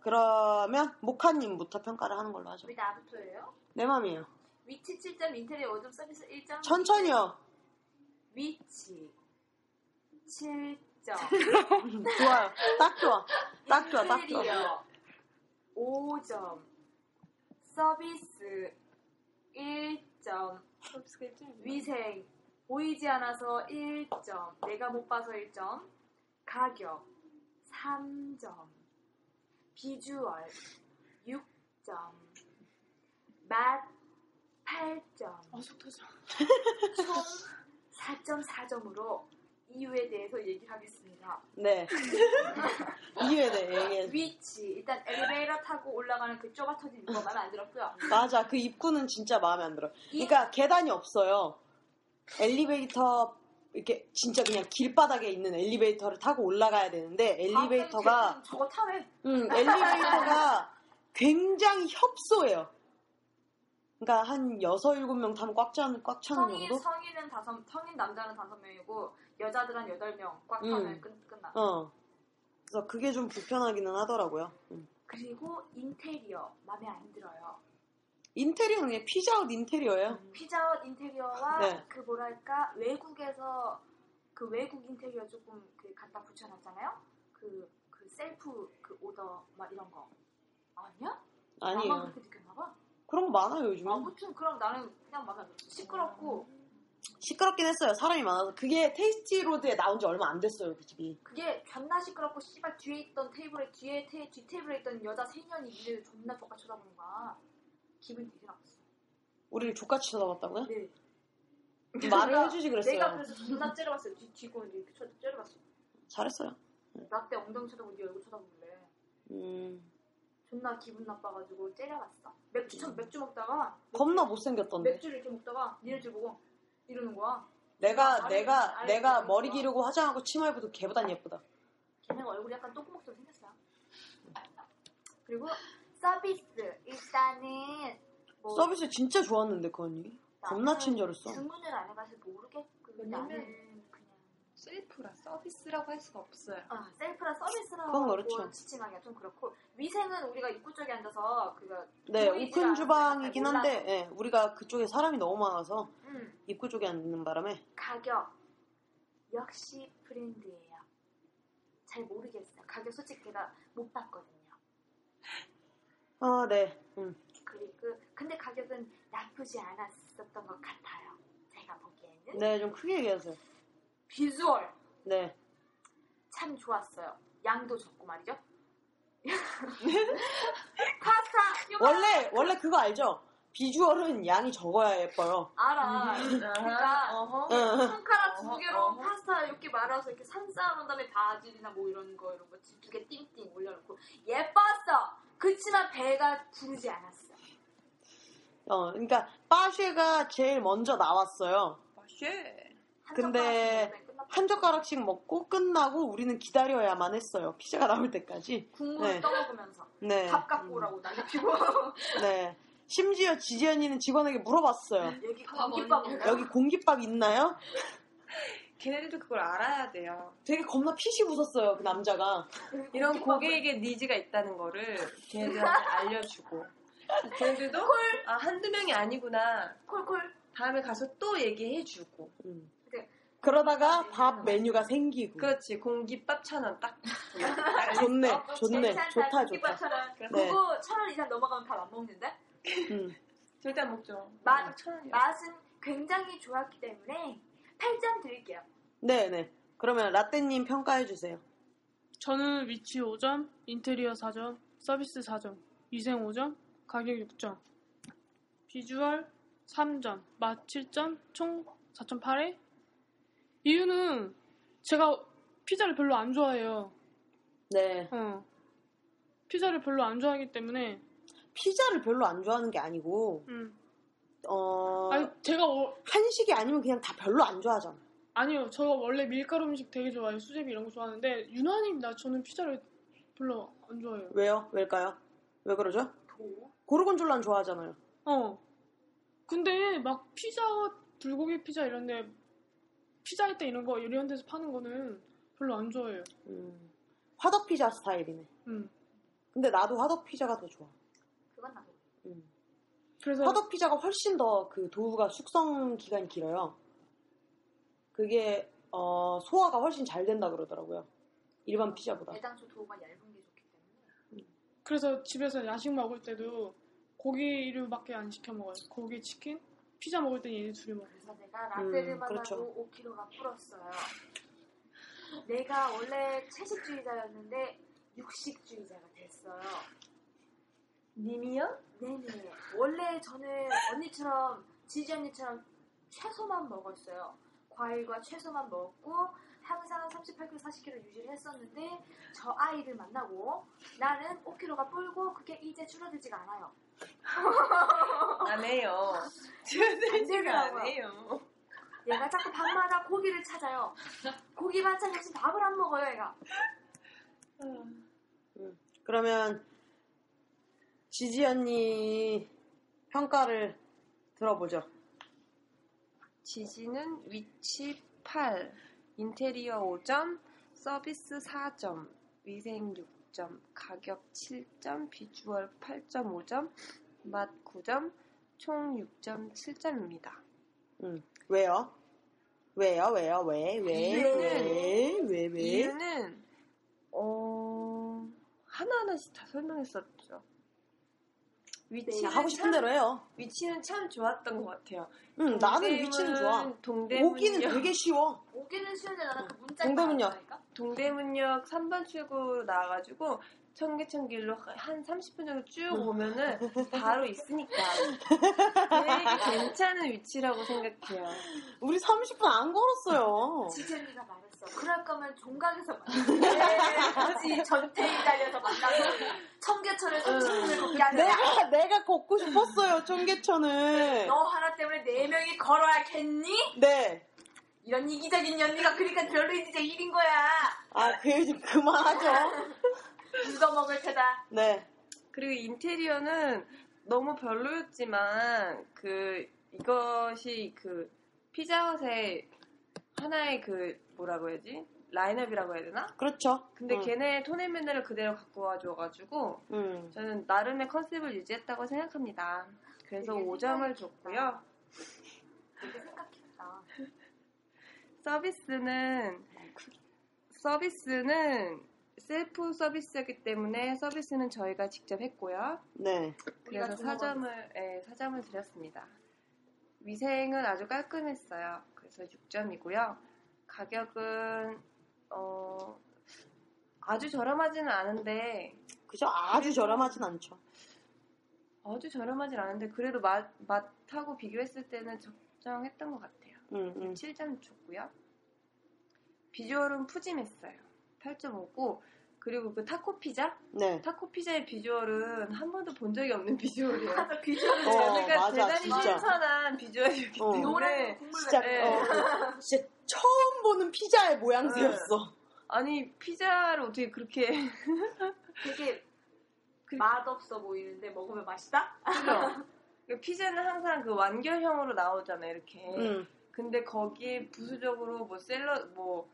그러면 모카님부터 평가를 하는 걸로 하죠. 우리 나부터예요. 내 맘이에요. 위치 7점, 인테리어 5점, 서비스 1점. 천천히요. 위치 7점. 좋아요. 딱 좋아. 딱 좋아. 딱 좋아. 인테리어 5점. 서비스 1점. 위생 보이지 않아서 1점. 내가 못 봐서 1점. 가격 3점. 비주얼 6점. 맛 8점. 아, 어속 터져. 총 4.4점으로 이유에 대해서 얘기하겠습니다. 네. 이해해. 네. 이게. 위치 일단 엘리베이터 타고 올라가는 그 좁아 터진 거 마음에 안 들었고요. 맞아. 그 입구는 진짜 마음에 안 들어. 이- 그러니까 계단이 없어요. 엘리베이터 이렇게 진짜 그냥 길바닥에 있는 엘리베이터를 타고 올라가야 되는데 엘리베이터가 아, 저거 타네. 음, 엘리베이터가 굉장히 협소해요. 그러니까 한 6, 7명 타면 꽉 차는 꽉 차는 성인 정도? 성인은 다섯 성인 남자는 다섯 명이고 여자들은 여덟 명꽉 음. 타면 끝 끝나. 어. 그래서 그게 좀 불편하기는 하더라고요. 음. 그리고 인테리어 마음에 안 들어요. 인테리어는 그냥 피자헛 인테리어예요. 피자헛 인테리어와 네. 그 뭐랄까 외국에서 그 외국 인테리어 조금 그 갖다 붙여놨잖아요. 그, 그 셀프 그 오더 막 이런 거 아니야? 나만 아니에요. 그렇게 느꼈나 봐. 그런 거 많아요 요즘에. 아무튼 그럼 나는 그냥 마음에 안 들었어. 시끄럽고 시끄럽긴 했어요. 사람이 많아서. 그게 테이스티 로드에 나온 지 얼마 안 됐어요 그 집이. 그게 존나 시끄럽고 씨발 뒤에 있던 테이블에 뒤에 테, 뒤 테이블에 있던 여자 세 년이 니를 존나 똑같이 쳐다보는 거야. 기분 되게 나빴어. 우리를 족같이 쳐다봤다고요? 네. 말을 내가- 해주지 내가 그랬어요. 그래서 존나 째려봤어요. 뒤 뒤고는 이렇게 쳐- 째려봤어. 잘했어요. 나 때 엉덩이 쳐다보고 네 얼굴 쳐다볼래. 음. 존나 기분 나빠가지고 째려봤어. 맥주 참 맥주 먹다가 겁나 못생겼던데. 맥주를 이렇게 먹다가 니네 줄 보고 이러는 거야. 내가 아니, 내가 아니, 내가 아니, 머리 뭐야. 기르고 화장하고 치마 입어도 걔보단 예쁘다. 걔네가 얼굴이 약간 똥구멍처럼 생겼어. 그리고 서비스 일단은 뭐 서비스 진짜 좋았는데 그 언니. 아, 겁나 친절했어. 주문을 안 해봐서 모르겠고 왜냐면- 나는 그냥 셀프라 서비스라고 할 수가 없어요. 아, 셀프라 서비스라고 그건 그렇죠. 지칭하기가 좀 그렇고 위생은 우리가 입구 쪽에 앉아서 그가 네, 보이지가 오픈 주방이긴 않아서 한데 예, 우리가 그쪽에 사람이 너무 많아서 음, 입구 쪽에 앉는 바람에 가격 역시 브랜드예요. 잘 모르겠어요. 가격 솔직히 제가 못 봤거든요. 아, 네. 음. 그리고 근데 가격은 나쁘지 않았었던 것 같아요. 제가 보기에는 네, 좀 크게 얘기하세요. 비주얼 네. 참 좋았어요. 양도 적고 말이죠. 파스타 이거 네. 원래, 원래 그거 알죠? 비주얼은 양이 적어야 예뻐요. 알아. 그러니까 어허. 손가락 두 어허, 개로 어허. 파스타 이렇게 말아서 이렇게 산싸한 다음에 바질이나 뭐 이런 거 이런 거 두 개 띵띵 올려놓고 예뻤어. 그치만 배가 부르지 않았어. 어, 그러니까 빠쉐가 제일 먼저 나왔어요. 맛있. 한 젓가락씩 근데 먹으면 한 끝났다. 젓가락씩 먹고 끝나고 우리는 기다려야만 했어요. 피자가 나올 때까지. 국물 네. 떠먹으면서 네. 밥 갖고 오라고 난리 피고 네. 심지어 지지 언니는 직원에게 물어봤어요. 여기 아, 밥 공깃밥 없냐? 먹나? 여기 공깃밥 있나요? 걔네들도 그걸 알아야 돼요. 되게 겁나 피식 웃었어요, 그 남자가. 이런 고객의 니즈가 있다는 거를 걔네들한테 알려주고. 걔네들도 아, 한두 명이 아니구나. 콜콜 다음에 가서 또 얘기해주고. 음. 네. 그러다가 밥 메뉴가 생기고. 그렇지. 공깃밥 천 원 딱. 좋네, 어, 좋네. 괜찮다. 좋다, 좋다. 공깃밥처럼 네. 그거 천 원 이상 넘어가면 밥 안 먹는데 음. 절대 안 먹죠. 만- 천 원이요. 맛은 굉장히 좋았기 때문에 8점 드릴게요. 네네. 그러면 라떼님 평가해주세요. 저는 위치 5점, 인테리어 4점, 서비스 4점, 위생 5점, 가격 6점, 비주얼 3점, 맛 7점, 총 4.8에 이유는 제가 피자를 별로 안 좋아해요. 네. 어. 피자를 별로 안 좋아하기 때문에 피자를 별로 안 좋아하는 게 아니고, 음. 어, 아니 제가 워- 한식이 아니면 그냥 다 별로 안 좋아하잖아. 아니요 저 원래 밀가루 음식 되게 좋아해요 수제비 이런 거 좋아하는데 유난히 나 저는 피자를 별로 안 좋아해요. 왜요? 왜일까요? 왜 그러죠? 도. 고르곤졸라는 좋아하잖아요. 어. 근데 막 피자, 불고기 피자 이런데 피자 이때 이런 거 이런 데서 파는 거는 별로 안 좋아해요. 음, 화덕피자 스타일이네. 음. 근데 나도 화덕피자가 더 좋아. 그건 나도. 음. 그래서 화덕피자가 훨씬 더 그 도우가 숙성 기간이 길어요. 그게, 어, 소화가 훨씬 잘 된다 그러더라고요. 일반 피자보다. 애당초 도우가 얇은 게 좋기 때문에. 그래서 집에서 야식 먹을 때도 고기류밖에 안 시켜 먹어요. 고기 치킨, 피자 먹을 땐 얘네 둘이 먹어요. 그래서 내가 라떼를 음, 만나고 그렇죠. 5kg가 불었어요. 내가 원래 채식주의자였는데 육식주의자가 됐어요. 님이요? 네네. 원래 저는 언니처럼 지지 언니처럼 채소만 먹었어요. 과일과 채소만 먹고 항상 38kg, 40kg 유지를 했었는데 저 아이를 만나고 나는 5kg가 뿔고 그게 이제 줄어들지가 않아요. 안 해요. 줄어들지가 되더라고요. 안 해요. 얘가 자꾸 밤마다 고기를 찾아요. 고기 반찬 대신 밥을 안 먹어요, 얘가. 그러면 지지 언니 평가를 들어보죠. 지지는 위치 8, 인테리어 5점, 서비스 4점, 위생 6점, 가격 7점, 비주얼 8.5점, 맛 9점, 총 6.7점입니다. 음, 왜요? 왜요? 왜요? 왜? 왜? 왜? 이유는- 왜? 왜? 이유는 어, 하나하나씩 다 설명했었죠. 자, 위치는 네, 하고 싶은 참- 대로 해요. 위치는 참 좋았던 것 같아요. 응, 나는 위치는 좋아. 동대문역, 오기는 그- 되게 쉬워. 오기는 쉬운데 나는 그 문자 그러니까? 정답은요? 동대문역 3번 출구로 나와가지고 청계천길로 한 30분 정도 쭉 음. 오면은 바로 있으니까 되게 괜찮은 위치라고 생각해요. 우리 30분 안 걸었어요. 지지언니가 말했어. 그럴 거면 종각에서 만나. 굳이 전태인 달려서 만나서 청계천을 30분을 걷게 하는 야 내가 내가 걷고 싶었어요. 청계천을. 어? 너 하나 때문에 네 명이 걸어야겠니? 네. 이런 이기적인 언니가 그러니까 별로 이제 일인 거야. 아, 그 얘기 좀 그만하죠. 누가 먹을 테다. 네. 그리고 인테리어는 너무 별로였지만 그 이것이 그 피자헛의 하나의 그 뭐라고 해야지 라인업이라고 해야 되나? 그렇죠. 근데 응, 걔네 토네맨들을 그대로 갖고 와줘가지고 응. 저는 나름의 컨셉을 유지했다고 생각합니다. 그래서 되게 5점을 생각이 줬고요. 되게 생각했다. 서비스는 서비스는 셀프 서비스였기 때문에 서비스는 저희가 직접 했고요. 네. 우리가 그래서 주문 사점을 예, 사점을 드렸습니다. 위생은 아주 깔끔했어요. 그래서 6점이고요. 가격은 어, 아주 저렴하지는 않은데 그죠? 아주 저렴하진 않죠. 아주 저렴하진 않은데 그래도 맛 맛하고 비교했을 때는 적정했던 것 같아요. 음, 음. 7점 줬고요. 비주얼은 푸짐했어요. 8.5고 그리고 그 타코 피자 네. 타코 피자의 비주얼은 한 번도 본 적이 없는 그 비주얼이에요. 맞아 비주얼 어, 저희가 맞아, 대단히 진짜. 신선한 비주얼이기 어. 때문에 노래 국물 진짜, 내. 네. 어, 진짜 처음 보는 피자의 모양새였어. 아니 피자를 어떻게 그렇게 되게 맛없어 보이는데 먹으면 맛있다. 그죠? 그 피자는 항상 그 완결형으로 나오잖아요 이렇게 음. 근데 거기에 부수적으로 뭐 샐러드 뭐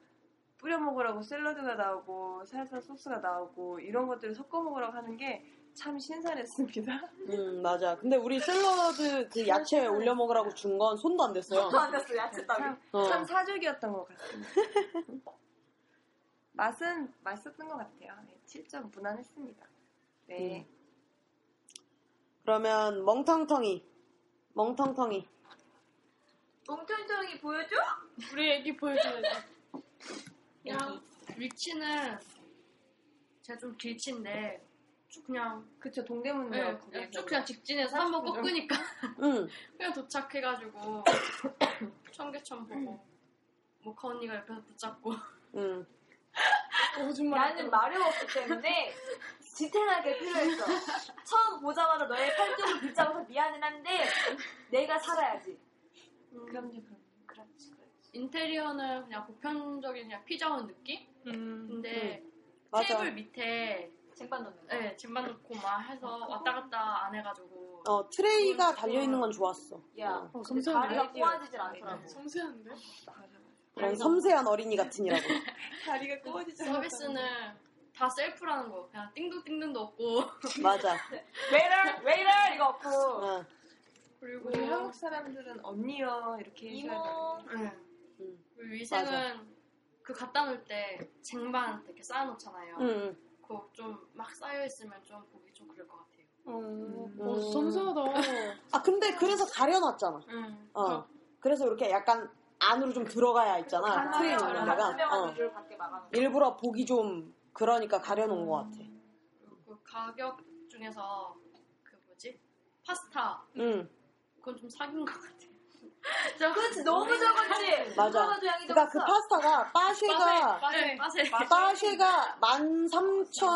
뿌려 먹으라고 샐러드가 나오고 살사 소스가 나오고 이런 것들을 섞어 먹으라고 하는 게 참 신선했습니다 음, 맞아. 근데 우리 샐러드 그 야채 올려 먹으라고 준 건 손도 안 댔어요. 안 됐어 야채 따위. 참, 어. 참 사족이었던 것 같습니다 맛은 맛있었던 것 같아요 네, 7점 무난했습니다 네 그러면 멍텅텅이. 멍텅텅이. 몽촌정이 보여줘? 우리 애기 보여줘야지. 그냥 위치는 제가 좀 길친데 쭉 그냥 그쵸 동대문역 네, 거기에서 쭉 그냥 직진해서 한 번 꺾으니까 응. 그냥 도착해가지고 청계천 보고 모카 언니가 옆에서 붙잡고 응. 거짓말 나는 말이 없기 때문에 지탱하게 필요했어. 처음 보자마자 너의 팔뚝을 붙잡아서 미안은 한데 내가 살아야지. 그럼요 그럼요 그렇지 그렇지. 음. 인테리어는 그냥 보편적인 그냥 피자원 느낌? 음. 근데 맞아. 테이블 밑에 쟁반 넣는 거. 네, 짐만 놓고 막 해서 왔다 갔다 안 해가지고 어, 트레이가 달려있는 건 좋았어. 야, 어, 어, 근데 감사합니다. 다리가 꼬아지질 않더라고. 네. 섬세한데? 그런 섬세한 어린이 같으니라고. 다리가 꼬아지지 않았다. 서비스는 다 셀프라는 거 그냥 띵동띵동도 없고 맞아. 웨이터, 웨이터 이거 없고. 어. 그리고 우리 한국 사람들은 언니요 이렇게 해줘야 이모. 네. 음. 그리고 위생은 그 갖다 놓을 때 쟁반 이렇게 쌓아놓잖아요. 응, 응. 그거 좀 막 쌓여있으면 좀 보기 좀 그럴 것 같아요. 어, 음. 섬세하다. 아, 근데 그래서 가려놨잖아. 응. 어. 그래서 이렇게 약간 안으로 좀 들어가야 있잖아. 가능하면 트레이 가능하면 넣는 데가. 투명한 어. 위를 밖에 막아놓는 거. 일부러 보기 좀 그러니까 가려놓은 것 같아. 그 가격 중에서 그 뭐지? 파스타. 응. 그건 좀 사귄 것 같아요. 저 그렇지 너무 적었지. 맞아. 누가봐도 양이 그러니까 그 적었어. 파스타가 빠쉐가 빠세, 네. 빠세. 빠쉐가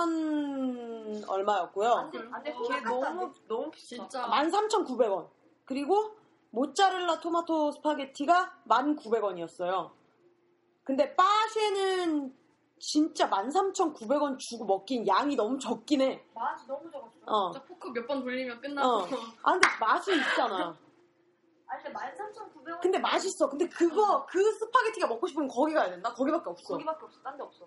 13,000 얼마였고요. 안돼 안돼 돼. 걔 너무 너무 비싸. 어, 어, 진짜 13,900원. 그리고 모짜렐라 토마토 스파게티가 1,900원이었어요. 근데 빠쉐는 진짜 13,900원 주고 먹긴 양이 너무 적긴 해. 맞아 너무 적었어. 어. 진짜 포크 몇 번 돌리면 끝나고 어. 아 근데 맛이 있잖아. 아니 근데 13,900원 근데 맛있어. 근데 그거 그 스파게티가 먹고 싶으면 거기 가야 된다. 거기밖에 없어. 거기밖에 없어 딴 데 없어.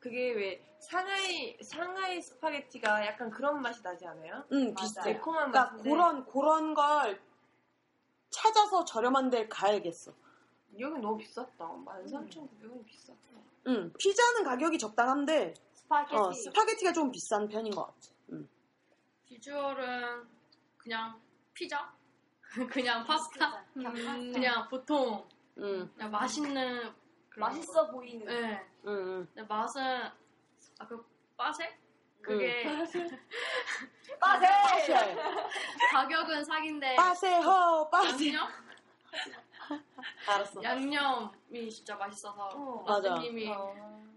그게 왜 상하이 상하이 스파게티가 약간 그런 맛이 나지 않아요? 응, 맞아. 비슷해. 매콤한 그러니까 맛인데 그런 그런 걸 찾아서 저렴한 데 가야겠어. 여기 너무 비쌌다. 13,900원 비싸. 응, 피자는 가격이 적당한데 스파게티. 어, 스파게티가 좀 비싼 편인 것 같아. 응. 비주얼은 그냥 피자? 그냥 파스타? 그냥 파스타. 그냥 보통 응, 그냥 맛있는 그런 거. 맛있어 보이는. 네. 응, 응. 근데 맛은 아그 빠세? 그게 빠세. 빠세, 가격은 사기인데 빠세, 허, 빠세. 양념? 아, 알았어. 양념이 진짜 맛있어서 어, 맞아. 맛있님이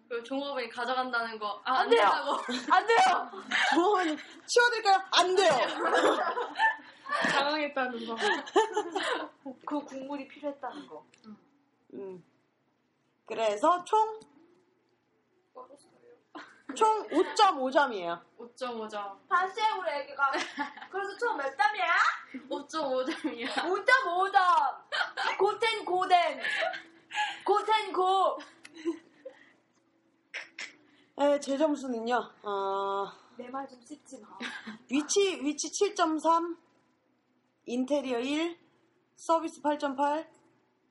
그 종업원이 가져간다는 거 아, 안 돼요! 안된다고 안 돼요. 부모님 치워드릴까요? 안 돼요. 당황했다는 거. 그 국물이 필요했다는 거. 응. 그래서 총 총 5.5점이에요. 5.5점 다시 해 우리 애기가. 그래서 총 몇 점이야? 5.5점이야 5.5점. 고텐 고덴. 고텐 고. 네, 제 점수는요. 어, 내 말 좀 씹지 마. 위치 위치 7.3, 인테리어 1, 서비스 8.8,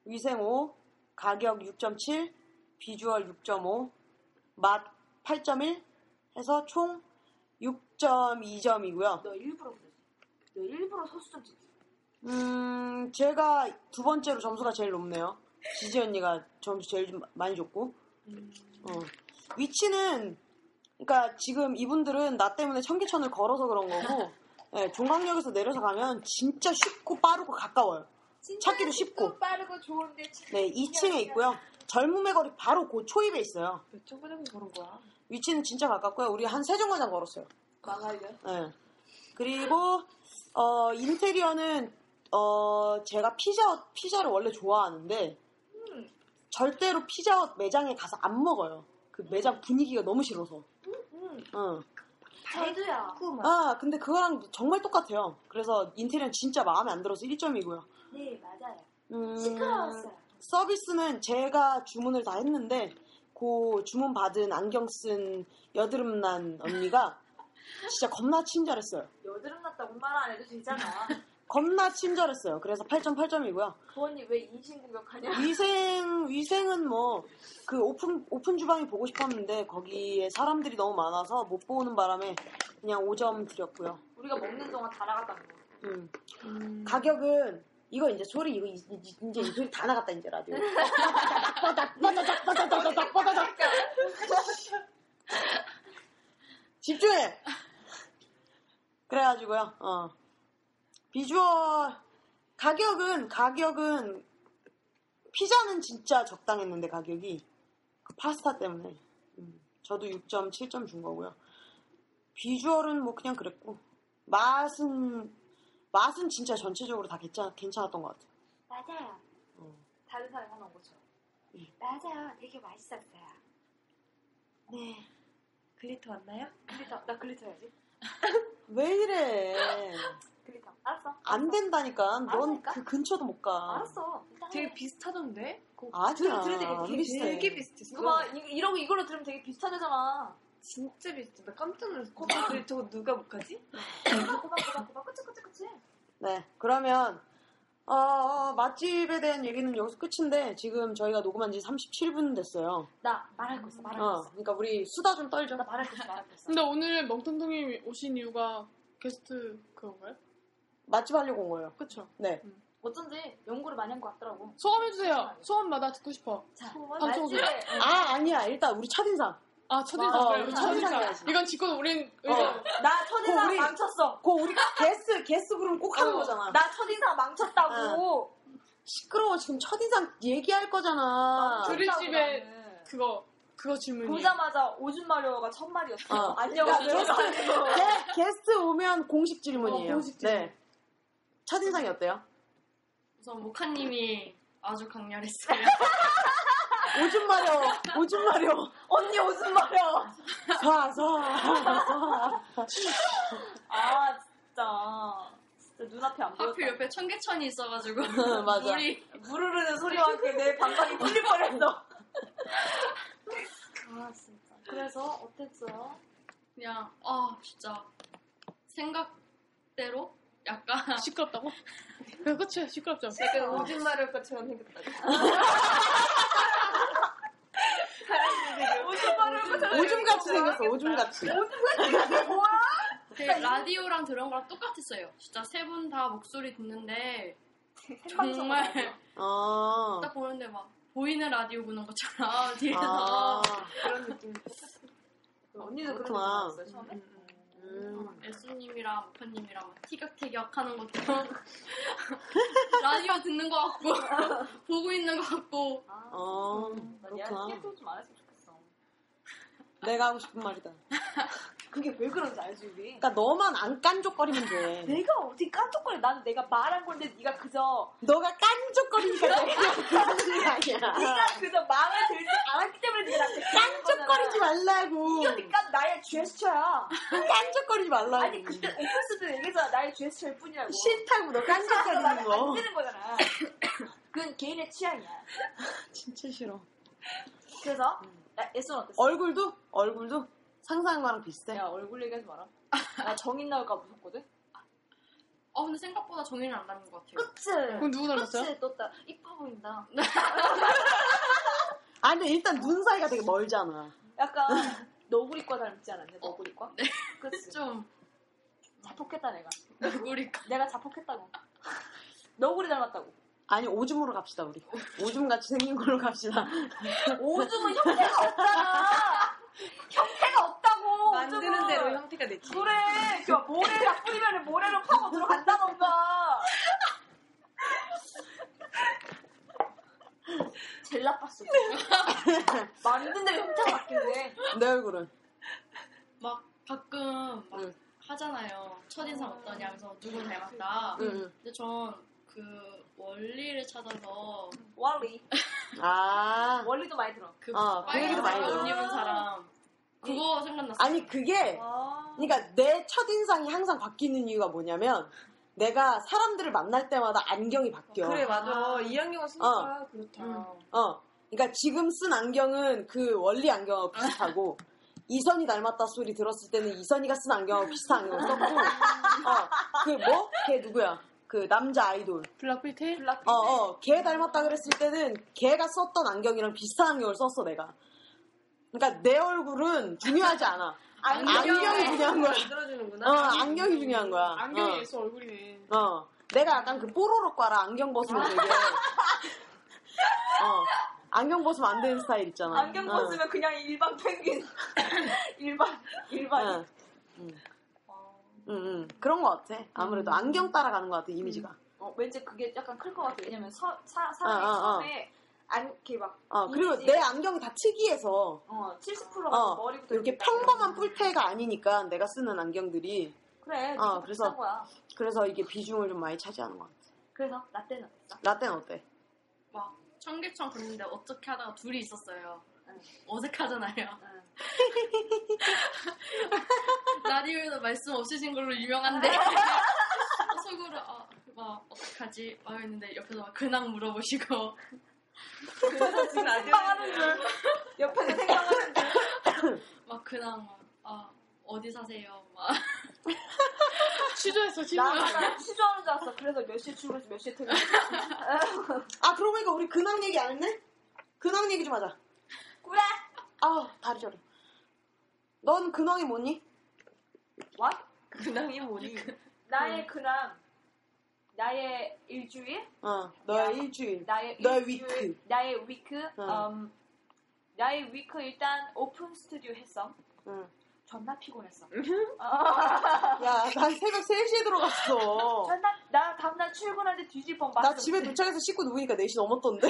위생 5, 가격 6.7, 비주얼 6.5, 맛 8.1 해서 총 6.2점이고요. 너 일부러 그랬어. 너 일부러 소수 좀 찍었어. 음, 제가 두 번째로 점수가 제일 높네요. 지지 언니가 점수 제일 좀 많이 줬고. 어. 위치는, 그러니까 지금 이분들은 나 때문에 청계천을 걸어서 그런 거고, 예, 종강역에서 내려서 가면 진짜 쉽고 빠르고 가까워요. 진짜 찾기도 쉽고. 빠르고 좋은데 네, 2층에 있고요. 젊음의 거리 바로 그 초입에 있어요. 왜 초보자는 그런 거야? 위치는 진짜 가깝고요. 우리 한 세 정거장 걸었어요. 망하려. 예. 그리고 어, 인테리어는 어, 제가 피자헛 피자를 원래 좋아하는데 음. 절대로 피자헛 매장에 가서 안 먹어요. 그 매장 분위기가 너무 싫어서. 음, 어. 저도요. 아 근데 그거랑 정말 똑같아요. 그래서 인테리어는 진짜 마음에 안 들어서 1점이고요. 네 맞아요. 음, 시끄러웠어요. 서비스는 제가 주문을 다 했는데 그 주문 받은 안경 쓴 여드름 난 언니가 진짜 겁나 친절했어요. 여드름 났다고 말 안 해도 되잖아. 겁나 친절했어요. 그래서 8.8점이고요. 그 언니 왜 인신 공격하냐? 위생 위생은 뭐 그 오픈 오픈 주방이 보고 싶었는데 거기에 사람들이 너무 많아서 못 보는 바람에 그냥 5점 드렸고요. 우리가 먹는 동안 다 나갔다는 거. 음. 가격은 이거 이제 소리 이거 이, 제이 소리 다 나갔다 이제 라디오. 빡빡빡빡빡빡빡빡빡빡. 집중해. 그래가지고요. 어. 비주얼 가격은 가격은 피자는 진짜 적당했는데 가격이 그 파스타 때문에 음, 저도 6점 7점 준 거고요. 비주얼은 뭐 그냥 그랬고 맛은 맛은 진짜 전체적으로 다 괜찮, 괜찮았던 것 같아요. 맞아요. 어. 다른 사람이 하는 것처럼. 음. 맞아요. 되게 맛있었어요. 네. 글리터 왔나요? 글리터. 나 글리터 해야지. 왜 이래? 글리터. 알았어. 안 된다니까. 넌 알았으니까? 그 근처도 못 가. 알았어. 일단 되게 해. 비슷하던데? 그거 아니야. 들을 때 안 되게, 비슷해. 되게 비슷했어. 이거 봐. 이- 이러고 이걸로 들으면 되게 비슷하잖아. 진짜 비슷해. 나 깜짝 놀랐어. 근데 저거 누가 못 가지? 꼬박 꼬박 꼬박 꼬박 그치 그치 그치. 네. 그러면 어, 어, 맛집에 대한 얘기는 여기서 끝인데 지금 저희가 녹음한 지 37분 됐어요. 나 말할 거 있어. 말할 거 어, 있어. 그러니까 우리 수다 좀 떨죠. 나 말할 거 있어. 말할 거 있어. 근데 오늘 멍텅텅이 오신 이유가 게스트 그건가요? 맛집 하려고 온 거예요. 그쵸? 네. 어쩐지 연구를 많이 한 것 같더라고. 소감해주세요. 소감마다 듣고 싶어. 자, 방청 소감. 아, 아니야. 일단 우리 첫인상. 아, 첫인상. 어, 그래, 우리 첫인상. 첫인상이야지. 이건 지건 우린 의견. 어. 나 첫인상 어, 우리- 망쳤어. 그 우리 게스 게스 그룹 꼭 어. 하는 거잖아. 나 첫인상 망쳤다고. 그 시끄러워. 지금 첫인상 얘기할 어, 거잖아. 둘이- 우리 집에 나는. 그거, 그거 질문이. 보자마자 오줌 마려워가 첫 말이었어. 어. 안녕하세요. 게, 게스트 오면 공식 질문이에요. 어, 공식 질문. 네. 첫인상이 어때요? 우선 모카님이 아주 강렬했어요. 오줌 마려, 오줌 마려, 언니 오줌 마려워. 사, 사, 사. 아 진짜. 진짜 눈앞에 안 보여. 하필 옆에 청계천이 있어가지고 맞아. 물이 물 흐르는 소리와 함께 내 방방이 풀릴 뻔했어. 아 진짜. 그래서 어땠어요? 그냥 아 진짜 생각대로 약간 시끄럽다고? 어. 그래, 그치? 시끄럽죠? 약간 오줌 마를 것처럼 생겼다고. 오줌 마려운 거 오줌 같이 생겼어, 오줌 같이. 그 라디오랑 들은 거랑 똑같았어요. 진짜 세 분 다 목소리 듣는데 정말 아. 딱 보는데 막 보이는 라디오 보는 것처럼 아. 뒤에서 그런 느낌. 언니도 그런 거 그렇구나. 없어요 처음에? 음. 엘수님이랑 모카님이랑 막 티격태격 하는 것도 라디오 듣는 것 같고 보고 있는 것 같고 아, 어, 나 얘한테 그렇구나. 깨도 좀안 했으면 좋겠어. 내가 하고 싶은 말이다. 그게 왜 그런지 알지 우리? 네? 그러니까 너만 안 깐족거리면 돼. 내가 어디 깜짝거려. 나는 내가 말한 건데 네가 그저 너가 깐족거리니까 내가 그런 게 아니야. 네가 그저 마음에 들지 않았기 때문에 네가 나한테 깐족거리지 말라고. 그러니까 나의 제스처야. 깐족거리지 말라고. 아니 그때 오픈스 때 얘기했잖아. 나의 제스처일 뿐이라고. 싫다고 너 그래서 나는 깐족거리는 안 거. 쓰는 거잖아. 그건 개인의 취향이야. 진짜 싫어. 그래서 나 예선 어땠어? 얼굴도? 얼굴도? 상상한 거랑 비슷해. 야 얼굴 얘기하지 마라. 나 정인 나올까 무섭거든. 어 근데 생각보다 정리는 안 나는 것 같아요. 네, 그치. 그럼 누구 닮았어요? 그치 떴다. 이뻐 보인다. 아, 근데 일단 눈 사이가 되게 멀잖아. 약간 너구리과 닮지 않았냐? 너구리과? 네. 그치. 좀 자폭했다 내가. 얼굴이 내가 자폭했다고. 너구리 닮았다고. 아니 오줌으로 갑시다 우리. 오줌 같이 생긴 걸로 갑시다. 오줌은 형태가 없잖아. 형태가 없다고. 만드는 오줌은. 대로 형태가 됐지. 그래. 그 모래를 뿌리면 모래로 파고 들어간다던가. 젤 나빴어. 만든 대로 형태가 바뀌네. 내 얼굴은. 막 가끔 막 응. 하잖아요. 첫인상 어떠냐 하면서 누구 닮았다. 응. 근데 전 그 원리를 찾아서 원리. 아. 원리도 많이 들어. 그 어, 그 빨간 얘기도 많이 옷 들어. 입은 사람 그거 생각났어요. 아니 그게 아. 그러니까 내 첫인상이 항상 바뀌는 이유가 뭐냐면 내가 사람들을 만날 때마다 안경이 바뀌어. 그래 맞아. 이양경은 쓰니까 그렇다. 음. 어. 그러니까 지금 쓴 안경은 그 원리 안경하고 비슷하고 이선이 닮았다 소리 들었을 때는 이선이가 쓴 안경하고 비슷한 안경을 썼고 어. 그 뭐? 걔 누구야? 그 남자 아이돌. 블락비트? 어, 어. 걔 닮았다 그랬을 때는 걔가 썼던 안경이랑 비슷한 안경을 썼어 내가. 그러니까 내 얼굴은 중요하지 않아. 안경이 중요한 거야. 만들어주는구나. 어, 안경이 중요한 거야. 안경이 어. 예수 얼굴이네. 어. 내가 약간 그 뽀로로과라 안경 벗으면 되게. 어. 안경 벗으면 안 되는 스타일 있잖아. 안경 벗으면 그냥 일반 펭귄. 일반, 일반. 응. 응. 어. 응, 응. 그런 것 같아. 음. 아무래도 안경 따라가는 것 같아, 이미지가. 어, 왠지 그게 약간 클 것 같아. 왜냐면 서, 사, 사람이 어, 어, 어. 처음에 안, 이렇게 막, 어, 그리고 이미지. 내 안경이 다 특이해서. 어, 70%가 어, 머리부터 이렇게 딱 평범한 뿔테가 아니니까 내가 쓰는 안경들이. 그래, 어, 어, 그래서- 그래서. 거야. 그래서 이게 비중을 좀 많이 차지하는 것 같아. 그래서, 나 때는 어땠어? 라떼는 어때? 막 청계천 걷는데 어떻게 하다가 둘이 있었어요. 어색하잖아요. 라디오에도 말씀 없으신 걸로 유명한데 속으로 아, 막 어떡하지? 막 했는데 옆에서 막 근황 물어보시고 그래서 지금 생방하는 줄. 옆에서 생각하는 막 근황 막 아, 어디 사세요? 막 취조했어, 취조. 나가 취조하는 줄 알았어. 그래서 몇 시에 출근해서 몇 시에 퇴근. 아, 그러고 보니까 우리 근황 얘기 안 했네? 근황 얘기 좀 하자. 그래! 아우, 다리 저리. 넌 근황이 뭐니? 와? 근황이 뭐니? 나의 음. 근황, 나의 일주일, 어, 너의 야. 일주일. 나의 너의 일주일, 위크. 어. 나의 위크, 응. 음, 나의 위크 일단 오픈 스튜디오 했어. 응. 존나 피곤했어. 야, 난 새벽 3시에 들어갔어. 존나, 나 다음날 출근하는데 뒤집어 나 맞았어. 집에 도착해서 씻고 누우니까 4시 넘었던데.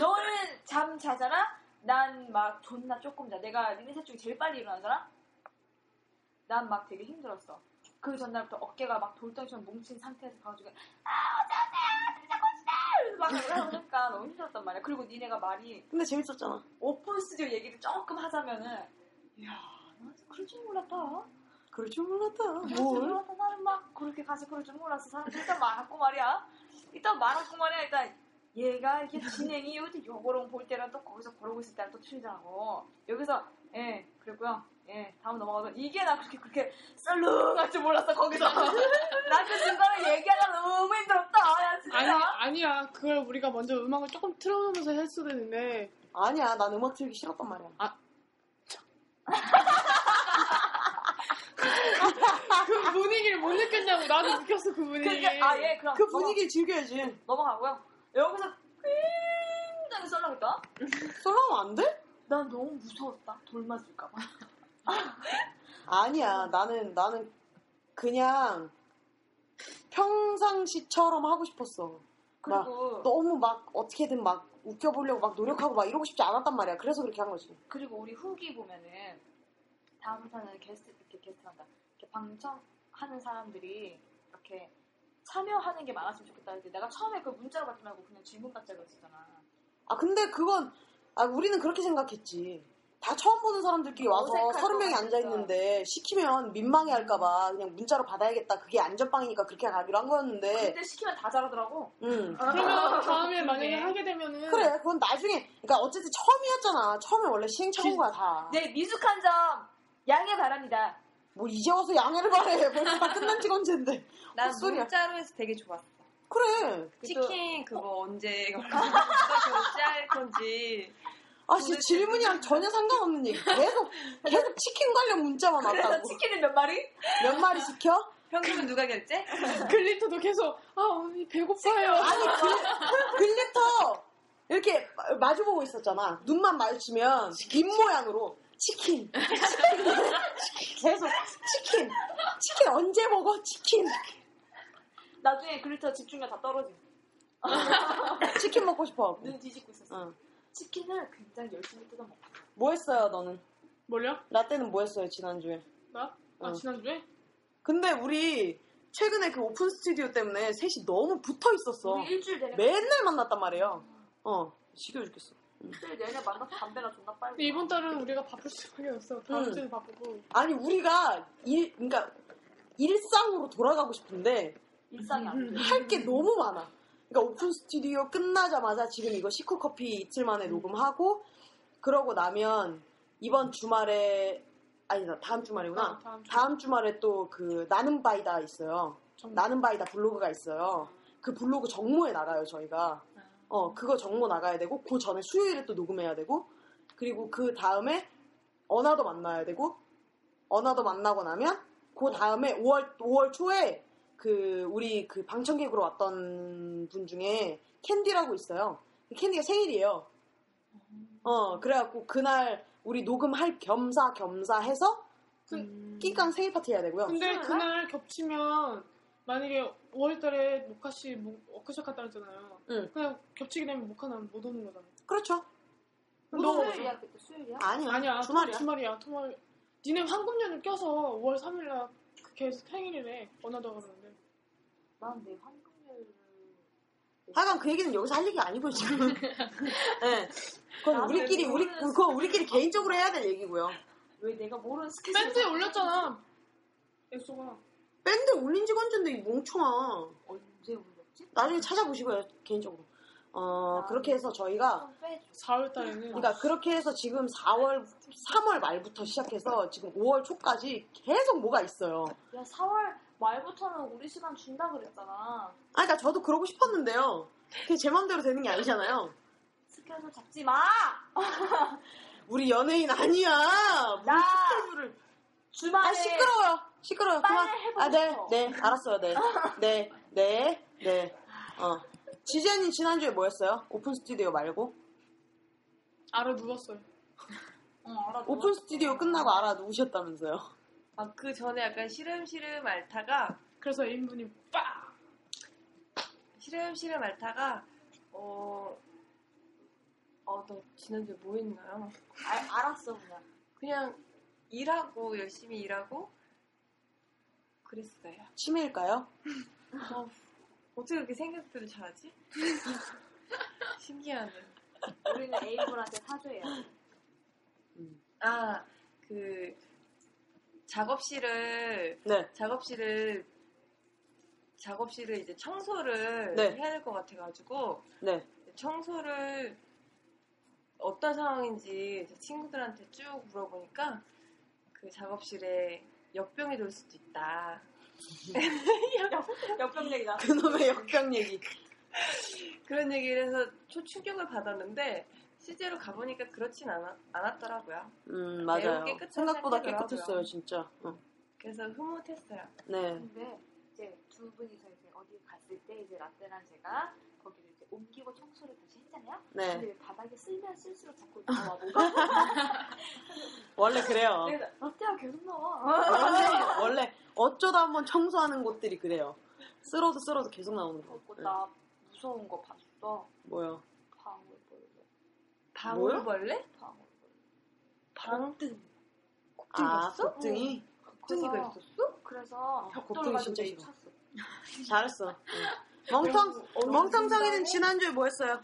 너는 잠 자잖아? 난 막 존나 조금 자. 내가 니네 셋 중에 제일 빨리 일어나잖아? 난 막 되게 힘들었어. 그 전날부터 어깨가 막 돌덩이처럼 뭉친 상태에서 가가지고 아, 어쩌네! 진짜 멋지다! 이러면서 막 그러니까 너무 힘들었단 말이야. 그리고 니네가 말이 근데 재밌었잖아. 오픈 스튜디오 얘기를 조금 하자면은 이야, 나 그럴 줄 몰랐다. 그럴 줄 몰랐다. 그럴 줄 뭘. 몰랐다. 나는 막 그렇게 가서 그럴 줄 몰랐어. 사람들 일단 많았고 말이야. 일단 많았고 말이야. 일단 그러니까 얘가 이게 진행이 여기 요거롱 볼 때랑 또 거기서 그러고 있을 때랑 또 틀리더라고. 여기서 예 그랬고요. 예 다음 넘어가서 이게 나 그렇게 그렇게 썰렁할 줄 몰랐어 거기서. 나 그 중간에 얘기하다 너무 힘들었다. 야 진짜. 아니, 아니야. 그걸 우리가 먼저 음악을 조금 틀어놓으면서 할 수도 있는데. 아니야, 난 음악 틀기 싫었단 말이야. 그 분위기를 못 느꼈냐고. 나도 느꼈어, 그 분위기. 그게 아예 그럼 그 넘어- 분위기를 즐겨야지. 넘어가고요. 여기서 굉장히 썰렁했다. 솔로하면 안 돼? 난 너무 무서웠다. 돌 맞을까봐. 아니야, 나는, 나는 그냥 평상시처럼 하고 싶었어. 그리고 너무 막 어떻게든 막 웃겨보려고 막 노력하고 막 이러고 싶지 않았단 말이야. 그래서 그렇게 한 거지. 그리고 우리 후기 보면은 다음부터는 게스트 이렇게 게스트 한다. 이렇게 방청하는 사람들이 이렇게 참여하는 게 많았으면 좋겠다 했는데 내가 처음에 그 문자로 받지 말고 그냥 질문 받자 그랬잖아. 아, 근데 그건, 아, 우리는 그렇게 생각했지. 다 처음 보는 사람들끼리 와서 어색할 서른 명이 것 앉아있는데 시키면 민망해 할까봐 그냥 문자로 받아야겠다. 그게 안전빵이니까 그렇게 가기로 한 거였는데. 그때 시키면 다 잘하더라고. 음. 그러면 다음에 만약에 네. 하게 되면은. 그래, 그건 나중에, 그러니까 어쨌든 처음이었잖아. 처음에 원래 시행착오인 거야, 다. 네 미숙한 점 양해 바랍니다. 뭘뭐 이제 와서 양해를 바래. 벌써 다 끝난 지가 언젠데. 난 헛소리야. 문자로 해서 되게 좋았어. 그래. 어? 치킨 그거 언제 언제 짤 건지. 아, 아, 진짜 질문이랑 전혀 상관없는 얘기. 계속, 계속 치킨 관련 문자만 그래서 왔다고. 치킨을 몇 마리? 몇 마리 시켜? 아, 뭐. 평균은 누가 결제? 글리터도 계속 아 언니 배고파요. 아니, 그, 글, 글리터! 이렇게 마- 마주보고 있었잖아. 눈만 마주치면 입모양으로 치킨, 치킨, 치킨. 계속 치킨, 치킨 언제 먹어? 치킨. 나중에 글리터 집중력 다 떨어지. 치킨 먹고 싶어. 눈 뒤집고 있었어. 어. 치킨을 굉장히 열심히 뜯어먹고. 뭐 했어요, 너는? 뭘요? 라떼는 뭐 했어요, 지난주에? 나? 아 어. 지난주에? 근데 우리 최근에 그 오픈 스튜디오 때문에 셋이 너무 붙어 있었어. 우리 일주일 내내 맨날 만났단 말이에요. 어, 지겨워 죽겠어. 일주일 내내 만나서 담배나 존나 빨고. 근데 이번 달은 우리가 바쁠 수밖에 없어. 다음 응. 주는 바쁘고. 아니, 우리가 일, 그러니까 일상으로 돌아가고 싶은데 일상이 안 돼. 할 게 너무 많아. 그러니까 오픈 스튜디오 끝나자마자 지금 이거 시코 커피 이틀 만에 녹음하고 그러고 나면 이번 주말에 아니다 다음 주말이구나. 다음 주. 다음 주말에 또 그 나는 바이다 있어요. 정모. 나는 바이다 블로그가 있어요. 그 블로그 정모에 나가요 저희가. 아. 어 그거 정모 나가야 되고 그 전에 수요일에 또 녹음해야 되고 그리고 그 다음에 언어도 만나야 되고 언어도 만나고 나면 그 다음에 5월 5월 초에 그 우리 그 방청객으로 왔던 분 중에 캔디라고 있어요. 캔디가 생일이에요. 어 그래갖고 그날 우리 녹음할 겸사 겸사 해서 그 음. 끼깡 생일 파티 해야 되고요. 근데 그날 겹치면 만약에 5월달에 모카씨 모- 워크숍 갔다 왔잖아요. 응. 그냥 겹치게 되면 모카 나면 못 오는 거잖아. 그렇죠. 너무 수요일이야 그때 수요일이야? 아니야. 아니야 주말이야. 주말이야 주말. 니네 황금년을 껴서 5월 3일날 계속 생일이래. 원하다 그러는데. 난내 황금요일을 하여간 그 얘기는 여기서 할 얘기 아니고 지금. 네. 그건 우리끼리 우리 그건 우리끼리 개인적으로 해야 될 얘기고요. 왜 내가 모르는 스케줄? 밴드에 올렸잖아. 엑소가. 밴드 올린 지가 언젠데 이 멍청아. 언제 올렸지? 나중에 찾아보시고요 개인적으로. 어 그렇게 해서 저희가 좀 빼줘. 4월달에는. 그러니까 그렇게 해서 지금 4월 3월 말부터 시작해서 지금 5월 초까지 계속 뭐가 있어요. 야 4월 말부터는 우리 시간 준다 그랬잖아. 아 그러니까 저도 그러고 싶었는데요. 그게 제 마음대로 되는 게 아니잖아요. 스케줄 잡지 마. 우리 연예인 아니야. 뭐 나 스케줄을 주말에 아 시끄러워요. 시끄러워. 네. 빨리 그만. 해보고 아, 네, 싶어. 네, 알았어요. 네, 네, 네, 네. 어. 지재님 지난주에 뭐였어요? 오픈 스튜디오 말고 알아 누웠어요. 응 알아. 오픈 스튜디오 끝나고 알아 누우셨다면서요? 아, 그 전에 약간 시름시름 앓다가 그래서 애인분이 빡! 시름시름 앓다가 어, 어, 너 지난주에 뭐 했나요? 알, 알았어 그냥. 그냥 일하고 열심히 일하고 그랬어요. 치매일까요? 어, 어떻게 그렇게 생각들을 잘하지? 신기하네. 우리는 에이블한테 사죄해야 돼. 아, 그 작업실을 네. 작업실을 작업실을 이제 청소를 네. 해야 될 것 같아가지고 네. 청소를 어떤 상황인지 제 친구들한테 쭉 물어보니까 그 작업실에 역병이 돌 수도 있다. 역병 얘기다. 그놈의 역병 얘기. 그런 얘기를 해서 초 충격을 받았는데 실제로 가보니까 그렇진 않아, 않았더라고요. 음, 매우 맞아요. 깨끗한 생각보다 상태더라고요. 깨끗했어요, 진짜. 어. 그래서 흐뭇했어요. 네. 근데 이제 두 분이서 이제 어디 갔을 때 이제 라떼랑 제가 거기를 이제 옮기고 청소를 다시 했잖아요. 네. 근데 바닥에 쓸면 쓸수록 자꾸 나와 뭐가. 원래 그래요. 그래서 라떼가 계속 나와. 어? 원래, 원래 어쩌다 한번 청소하는 곳들이 그래요. 쓸어도 쓸어도 계속 나오는 거. 그리고 네. 나 무서운 거 봤어. 뭐요? 방울벌레. 방울벌레? 방울벌레. 방등. 곱등 아, 봤어? 곱등이? 곱등이가 그래서- 있었어? 그래서 곱등이 벽돌 가지고 진짜 내 싫어. 쳤어. 잘했어. 네. 멍텅, 멍텅성이는 지난주에 뭐 했어요?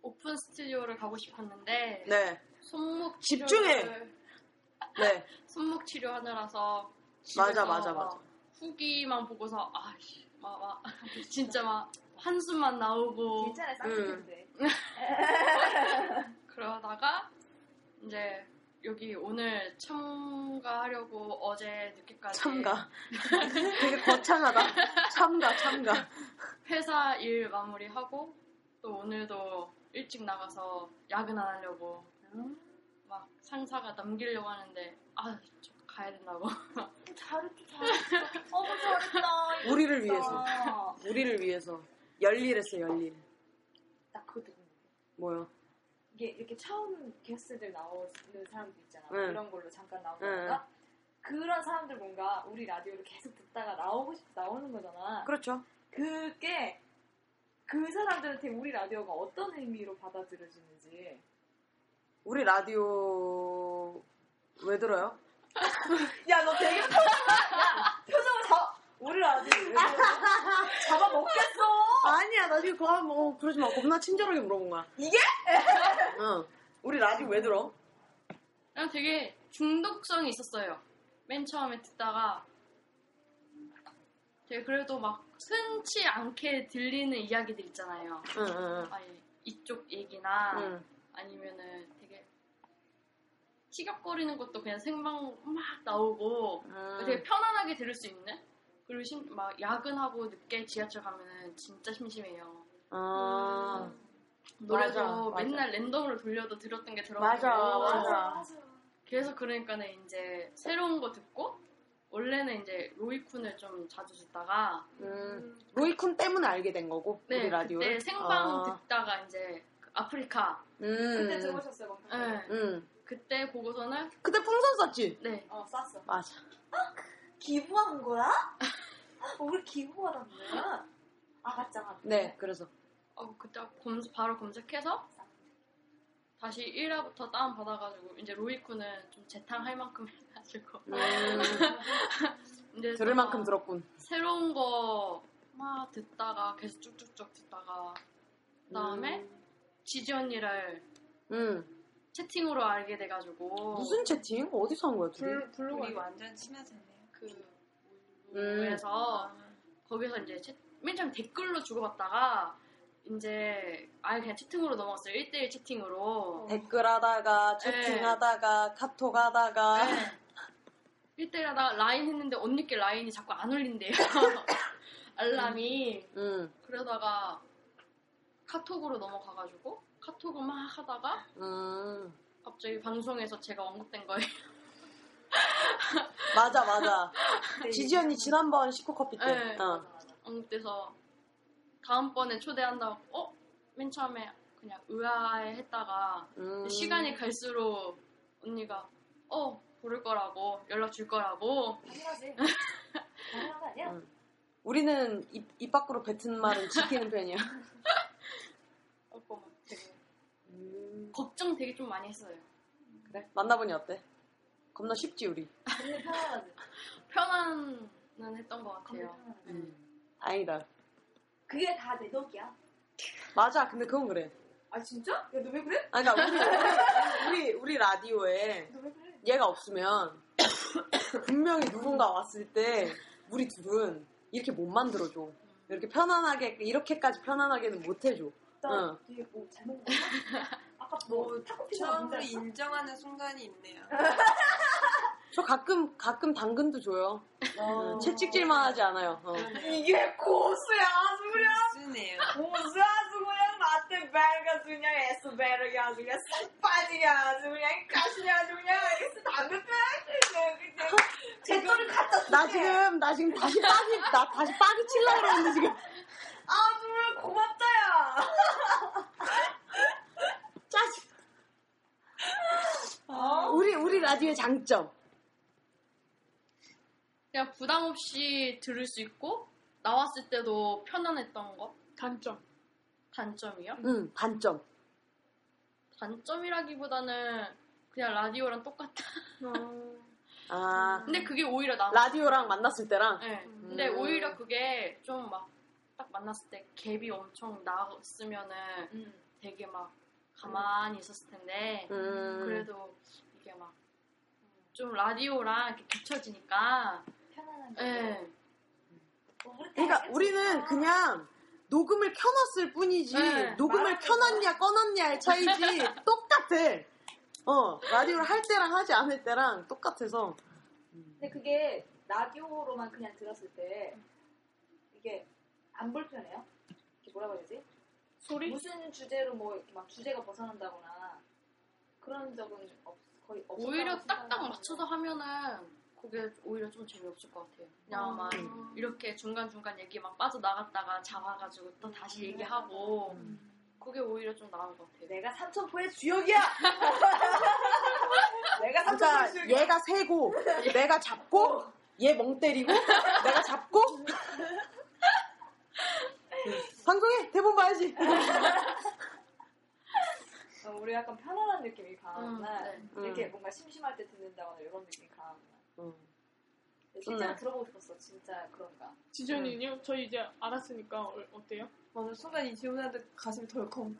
오픈 스튜디오를 가고 싶었는데 네. 손목 집중해! 치료를- 네. 손목 치료하느라서 맞아, 집에서 맞아, 막 맞아. 후기만 보고서 아씨 막, 막 진짜 막 한숨만 나오고 괜찮아, 쌍둥이인데. 그러다가 이제 여기 오늘 참가하려고 어제 늦게까지 참가. 되게 거창하다. 참가, 참가. 회사 일 마무리하고 또 오늘도 일찍 나가서 야근 안 하려고 음. 막 상사가 넘기려고 하는데 아, 저 가야 된다고. 어, 잘했지 잘했어. 어머 잘했다. 이거 우리를 진짜. 위해서. 우리를 위해서 열일했어 열일. 나 그거 듣는데. 뭐요? 이게 이렇게 처음 게스트들 나오는 사람들 있잖아. 응. 그런 걸로 잠깐 응. 나오는가? 그런 사람들 뭔가 우리 라디오를 계속 듣다가 나오고 싶어 나오는 거잖아. 그렇죠. 그게 그 사람들한테 우리 라디오가 어떤 의미로 받아들여지는지. 우리 라디오 왜 들어요? 야, 너 되게 표정을, 야, 표정을 잡, 우리 라디오 왜 그러냐? 잡아먹겠어! 아니야 나 지금 그거 한번 어, 그러지 마 겁나 친절하게 물어본 거야. 이게? 응. 우리 라디오 왜 들어? 그냥 되게 중독성이 있었어요. 맨 처음에 듣다가 되게 그래도 막 흔치 않게 들리는 이야기들 있잖아요. 응응응. 아예 이쪽 얘기나 응. 아니면은 되게 시각거리는 것도 그냥 생방 막 나오고 아, 음. 되게 편안하게 들을 수 있는 그리고 심, 막 야근하고 늦게 지하철 가면은 진짜 심심해요. 아. 음. 노래도 맞아, 맞아. 맨날 랜덤으로 돌려도 들었던 게 들어가고 맞아 맞아. 맞아. 그래서 그러니까는 이제 새로운 거 듣고 원래는 이제 로이쿤을 좀 자주 듣다가 음. 로이쿤 때문에 알게 된 거고 네, 우리 라디오를. 그때 생방 아. 듣다가 이제 그 아프리카 음. 그때 들어보셨어요, 방금? 네, 음. 그때 보고서는 그때 풍선 썼지? 네 어, 쌌어. 맞아. 기부한 거야? 어, 우리 기부하던 거야? 아, 맞잖아. 네 그래서. 어, 그때 검, 바로 검색해서 다시 1화부터 다운 받아가지고 이제 로이쿤은 좀 재탕할 만큼 해가지고 음. 이제 들을 또 만큼 막 들었군. 음. 새로운 거 막 듣다가 계속 쭉쭉쭉 듣다가 그다음에 지지 언니를 음. 채팅으로 알게 돼가지고 무슨 채팅? 어디서 한 거야 둘이? 블루, 블루가 우리 완전 친하잖아요. 그 음. 그래서 거기서 이제 채- 맨 처음 댓글로 주고받다가 이제 아예 그냥 채팅으로 넘어갔어요. 1대1 채팅으로. 댓글하다가 채팅하다가 카톡하다가. 네. 1대1 하다가 라인 했는데 언니께 라인이 자꾸 안 울린대요. 알람이. 음. 그러다가 카톡으로 넘어가가지고 카톡을 막 하다가 음. 갑자기 방송에서 제가 언급된 거예요. 맞아 맞아. 지지 언니 지난번 시코 커피 때. 네. 어. 언급돼서 다음번에 초대한다고 어? 맨 처음에 그냥 의아해 했다가 음. 시간이 갈수록 언니가 어 부를 거라고 연락 줄 거라고 당연하지. 당연한 거 아니야? 우리는 입, 입 밖으로 뱉은 말은 지키는 편이야. 하고 막 되게 걱정 되게 좀 많이 했어요. 그래? 네? 만나보니 어때? 겁나 쉽지 우리. 근데 편안하지. 편안은 했던 것 같아요. 건강 편안하지. 아니다. 그게 다 내 덕이야. 맞아. 근데 그건 그래. 아, 진짜? 야, 너 왜 그래? 아니, 그러니까 우리 우리 우리 라디오에 너 왜 그래? 얘가 없으면 분명히 누군가 왔을 때 우리 둘은 이렇게 못 만들어줘. 이렇게 편안하게 이렇게까지 편안하게는 못 해줘. 나 응. 되게 뭐 잘못 먹었나? 아까 뭐 뭐 타코피자 처음으로 먹는다 했어? 인정하는 순간이 있네요. 저 가끔 가끔 당근도 줘요. 어. 응, 채찍질만 하지 않아요. 어. 어. 이게 고수야, 수령! 쓰네요. 고수 아주 그냥 나한테 밝아서 그냥 애써 배르게 아주 그냥 싹 빠지게 아주 그냥 가시게 아주 그냥 애써 담배 빼야지. 그냥 제 돈을 갖다 나 주세요. 지금 나 지금 다시 빠기 나 다시 빠기 칠라 그러는데 지금 아주 고맙다, 야. 짜증. 어? 우리 우리 라디오의 장점. 그냥 부담 없이 들을 수 있고 나왔을 때도 편안했던 거 단점. 단점이요? 응 단점. 단점이라기보다는 그냥 라디오랑 똑같다. 아 근데 그게 오히려 나. 음. 라디오랑 만났을 때랑 네. 근데 음. 오히려 그게 좀 막 딱 만났을 때 갭이 엄청 나왔으면은 되게 막 가만히 있었을 텐데 음, 그래도 이게 막 좀 라디오랑 이렇게 비춰지니까 편안하게. 예. 그러니까 우리는 그냥 녹음을 켜놨을 뿐이지 네, 녹음을 켜놨냐 꺼놨냐의 차이지 똑같아. 어 라디오를 할 때랑 하지 않을 때랑 똑같아서 근데 그게 라디오로만 그냥 들었을 때 이게 안 불편해요? 이게 뭐라고 해야 되지? 소리? 무슨 주제로 뭐 이렇게 막 주제가 벗어난다거나 그런 적은 없, 거의 없어. 오히려 딱딱 맞춰서 하면은 그게 오히려 좀 재미없을 것 같아요. 그냥 막 음. 이렇게 중간중간 얘기 막 빠져나갔다가 잡아가지고 또 음. 다시 얘기하고 그게 오히려 좀 나은 것 같아요. 내가 삼천포의 주역이야. 내가 삼천포의 그러니까 주역이야. 얘가 세고 내가 잡고 얘 멍 때리고 내가 잡고 방송에 대본 봐야지. 어, 우리 약간 편안한 느낌이 강하구나. 음, 이렇게 음. 뭔가 심심할 때 듣는다거나 이런 느낌이 강하구나. 진짜로 진짜 들어보고 싶었어. 진짜 그런가. 지전이요? 저희 이제 알았으니까 어, 어때요? 저는 순간 이 질문한테 가슴이 덜컹.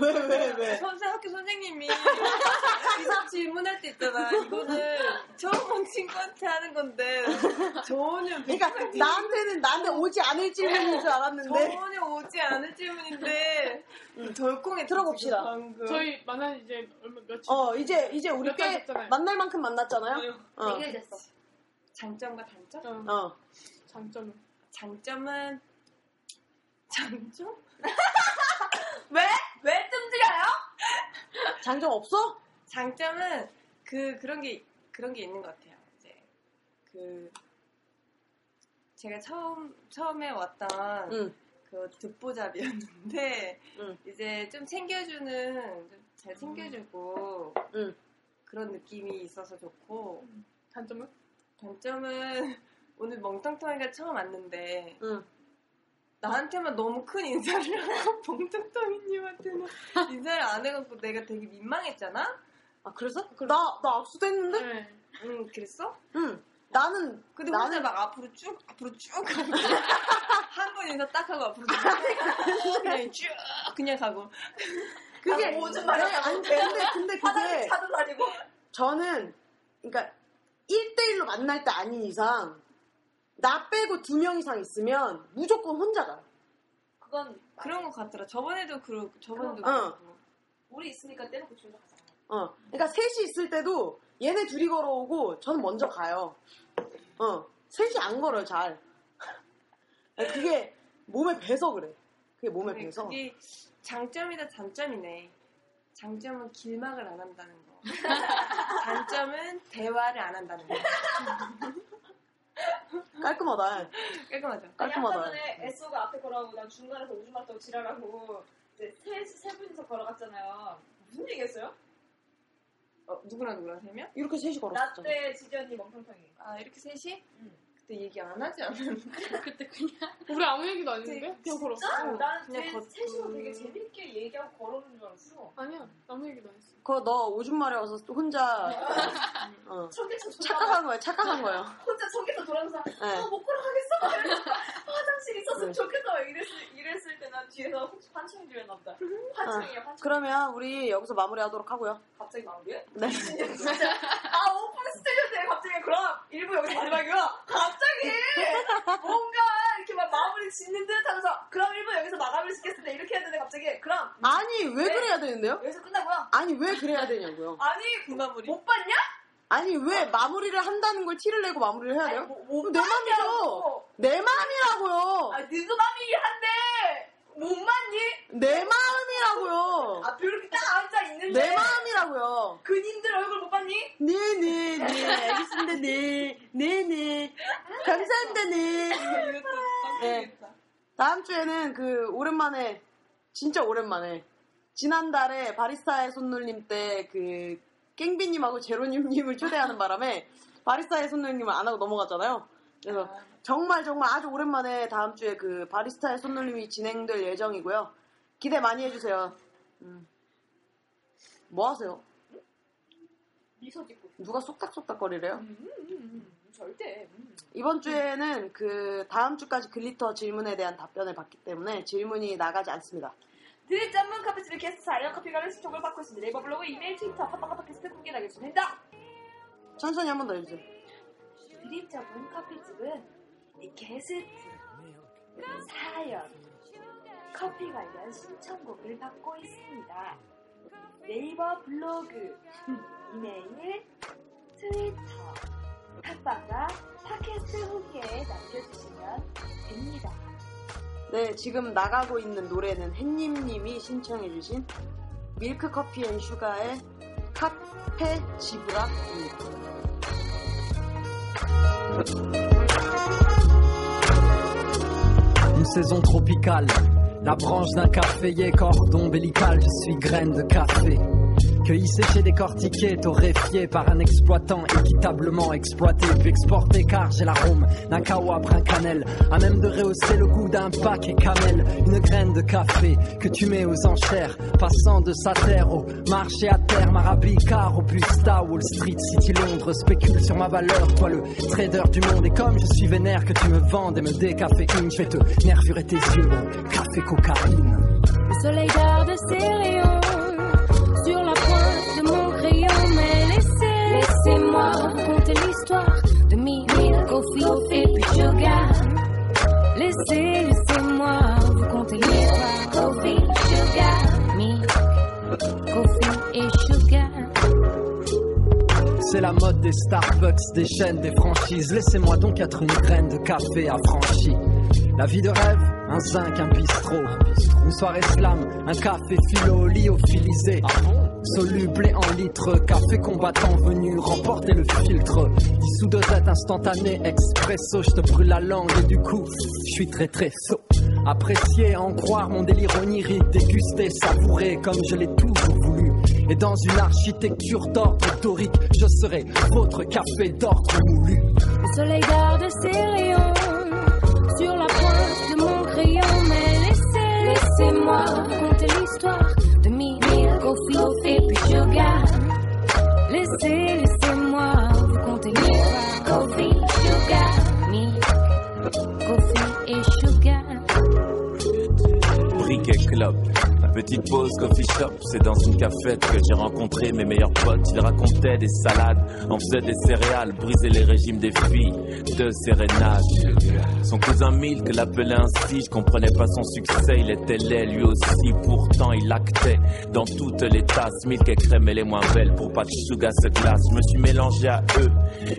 왜 왜 네. 왜? 선생 학교 선생님이 이상 질문할 때 있잖아. 이거는 처음 본 친구한테 하는 건데 전혀 그러니까 나한테는 나한테 오지 않을 질문인 네. 줄 알았는데 전혀 오지 않을 질문인데 음, 덜컹해 들어봅시다. 방금. 저희 만난 지 이제 얼마 며칠 어 이제 이제 우리 몇달 꽤 됐잖아요. 만날 만큼 만났잖아요. 어. 되게 됐어. 장점과 단점? 어, 어. 장점은 장점은 장점? 왜 뜸들여요? 장점 없어? 장점은 그 그런 게 그런 게 있는 것 같아요. 이제 그 제가 처음 처음에 왔던 응. 그 듣보잡이었는데 응. 이제 좀 챙겨주는 좀잘 챙겨주고 응. 그런 느낌이 있어서 좋고 단점은? 단점은 오늘 멍텅텅이가 처음 왔는데 응. 나한테만 너무 큰 인사를 하고 멍텅텅이님한테는 인사를 안 해갖고 내가 되게 민망했잖아. 아 그래서? 나나 압수됐는데? 네. 응, 그랬어? 응. 나는 근데 나는- 혼자 막 앞으로 쭉 앞으로 쭉 한번 인사 딱 하고 앞으로 쭉 가고 그냥 쭉 그냥 가고 그게 아, 무슨 말이야? 아니 근데 근데 그게 차도 다니고. 저는 그러니까 1대1로 만날 때 아닌 이상 나 빼고 두 명 이상 있으면 무조건 혼자 가요. 그건 그런 것 같더라. 저번에도 그러고 저번에도 어. 그러고 우리 있으니까 때려고 주워서 가잖아. 어. 그러니까 셋이 있을 때도 얘네 둘이 걸어오고 저는 먼저 가요. 어. 셋이 안 걸어요, 잘. 그게 몸에 배서 그래. 그게 몸에 그게- 배서. 그게 장점이다 단점이네. 장점은 길막을 안 한다는 거. 단점은 대화를 안 한다는 거. 깔끔하다. 깔끔하죠. 깔끔하다. 아니, 아까 전에 에소가 앞에 걸어가고 난 중간에서 오줌 마려고 지랄하고 이제 세, 세 분이서 걸어갔잖아요. 무슨 얘기했어요? 어, 누구랑 누구랑 세 명? 이렇게 셋이 걸었어. 나 때 지지 언니 멍텅텅이. 아 이렇게 셋이? 응. 그때 얘기 안 하지 않았나? 그때 그냥 우리 아무 얘기도 안 네. 했는데? 그냥 걸어 어, 난 그냥 쟤 걷고. 셋이서 되게 재밌게 얘기하고 걸어오는 줄 알았어. 아니야 아무 얘기도 안 했어 그거 너 오줌 마려워서 혼자 어, 저기서 돌아가 착각한 거야, 착각한 거예요. 혼자 저기서 돌아가서 네. 아못 걸어가겠어. 이러면서 화장실 있었으면 좋겠어. 이랬을, 이랬을 때 난 뒤에서 혹시 환청이 들렸나 보다. 환청이야 환청. 그러면 우리 여기서 마무리하도록 하고요. 갑자기 마무리해? 네. 진짜 아 오픈 스튜디오인데 갑자기 그럼 일부 여기서 마지막이야? 갑자기 뭔가 이렇게 막 마무리 짓는 듯 하면서 그럼 일부 여기서 마감을 짓겠습니다 이렇게 했는데 갑자기 그럼 아니 왜 네. 그래야 되는데요? 여기서 끝나고요? 아니 왜 그래야 되냐고요. 아니 그마무리. 못 봤냐? 아니 왜 마무리를 한다는 걸 티를 내고 마무리를 해야 돼요? 뭐, 못 내 맘이죠. 봤냐고. 내 맘이라고요. 아 니가 맘이긴 한데 못 맞니? 내 마음이라고요. 아 이렇게 딱 앉아 있는데 내 마음이라고요. 근인들 얼굴 못 봤니? 네네네 알겠습니다 네 네네 감사합니다 네 이랬다. 네. 이랬다. 다음 주에는 그 오랜만에 진짜 오랜만에 지난달에 바리스타의 손놀림 때 그 깽비님하고 제로님님을 초대하는 바람에 바리스타의 손놀림을 안 하고 넘어갔잖아요. 그래서 정말 정말 아주 오랜만에 다음 주에 그 바리스타의 손놀림이 진행될 예정이고요. 기대 많이 해주세요. 음. 뭐 하세요? 미소 짓고 누가 쏙닥쏙닥거리래요? 음, 절대 음. 이번 주에는 그 다음 주까지 글리터 질문에 대한 답변을 받기 때문에 질문이 나가지 않습니다. 드립 전문 커피집의 게스트 사이언 커피가 신청을 받고 있습니다. 네이버 블로그, 이메일, 트위터, 팟빵 팟캐스트 공개 나게 주니다 천천히 한 번 더 해주세요. 드립 전문 커피집은 이 게스트, 사연, 커피 관련 신청곡을 받고 있습니다. 네이버 블로그, 이메일, 트위터, 팟빵과 팟캐스트 후기에 남겨주시면 됩니다. 네, 지금 나가고 있는 노래는 햇님님이 신청해주신 밀크커피 앤 슈가의 카페 지브라입니다. une saison tropicale. La branche d'un caféier, cordon ombilical, je suis graine de café. Cueilli, séché, décortiqué, torréfié par un exploitant équitablement exploité, puis exporté car j'ai l'arôme d'un kawa brun cannelle, à même de rehausser le goût d'un paquet camel, une graine de café que tu mets aux enchères, passant de sa terre au marché à terre, Marabica, Robusta, Wall Street, City Londres, spécule sur ma valeur, toi le trader du monde, et comme je suis vénère que tu me vendes et me décaféines, je vais te nervurer tes yeux au café cocaïne. Le soleil garde ses rayons sur la pointe de mon crayon. Mais laissez, laissez-moi raconter l'histoire de Mimi, Kofi et puis Sugar. Laissez, laissez-moi vous conter l'histoire Kofi, Sugar, Mimi, Kofi et Sugar. C'est la mode des Starbucks, des chaînes, des franchises. Laissez-moi donc être une graine de café affranchie. La vie de rêve, un zinc, un bistrot. Une soirée slam, un café philo, lyophilisé. Soluble et en litres, café combattant venu remporter le filtre. Dissous de tête instantané, expresso, je te brûle la langue et du coup, je suis très très sot. Apprécier, en croire mon délire onirique, déguster, savourer comme je l'ai toujours voulu. Et dans une architecture d'ordre dorique, je serai votre café d'ordre moulu. Le soleil garde ses rayons sur la pointe de mon crayon. Mais laissez, laissez-moi raconter l'histoire de Mimi, Kofi et puis Sugar. Laissez, laissez-moi vous conter l'histoire. Kofi, Sugar, Mimi, Kofi et Sugar. Briquet Club. Petite pause coffee shop, c'est dans une cafette que j'ai rencontré mes meilleurs potes. Ils racontaient des salades, en faisaient des céréales, brisaient les régimes des filles de sérénage. Son cousin Milk l'appelait ainsi, je comprenais pas son succès, il était laid lui aussi, pourtant il actait dans toutes les tasses. Milk et crème et les moins belles pour pas de sugar se glace. Je me suis mélangé à eux,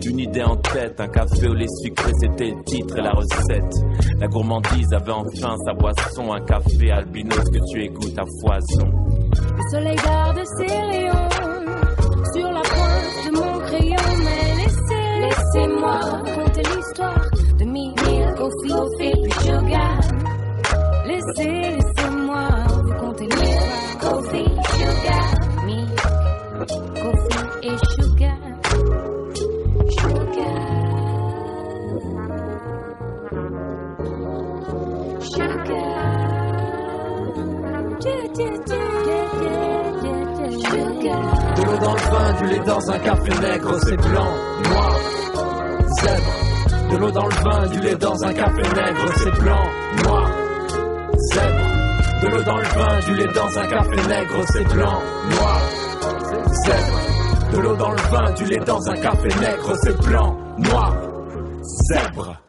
une idée en tête, un café au lait sucré, c'était le titre et la recette. La gourmandise avait enfin sa boisson, un café albinos que tu écoutes à foison. Le soleil garde ses rayons sur la pointe de mon crayon. Mais laissez, laissez-moi raconter l'histoire de Mimi, Kofi et puis Sugar. Laissez, laissez-moi vous conter l'histoire. Kofi, Sugar, Mimi, Kofi et Sugar. Sugar. Sugar. Du, du, du. Du, du, du, du. Sugar. De l'eau dans le vin, du lait dans un café nègre, c'est blanc, noir, zèbre. De l'eau dans le vin, du lait dans un café nègre, c'est blanc, noir, zèbre. De l'eau dans le vin, du lait dans un café nègre, c'est blanc, noir, zèbre. De l'eau dans le vin, du lait dans un café nègre, c'est blanc, noir, zèbre.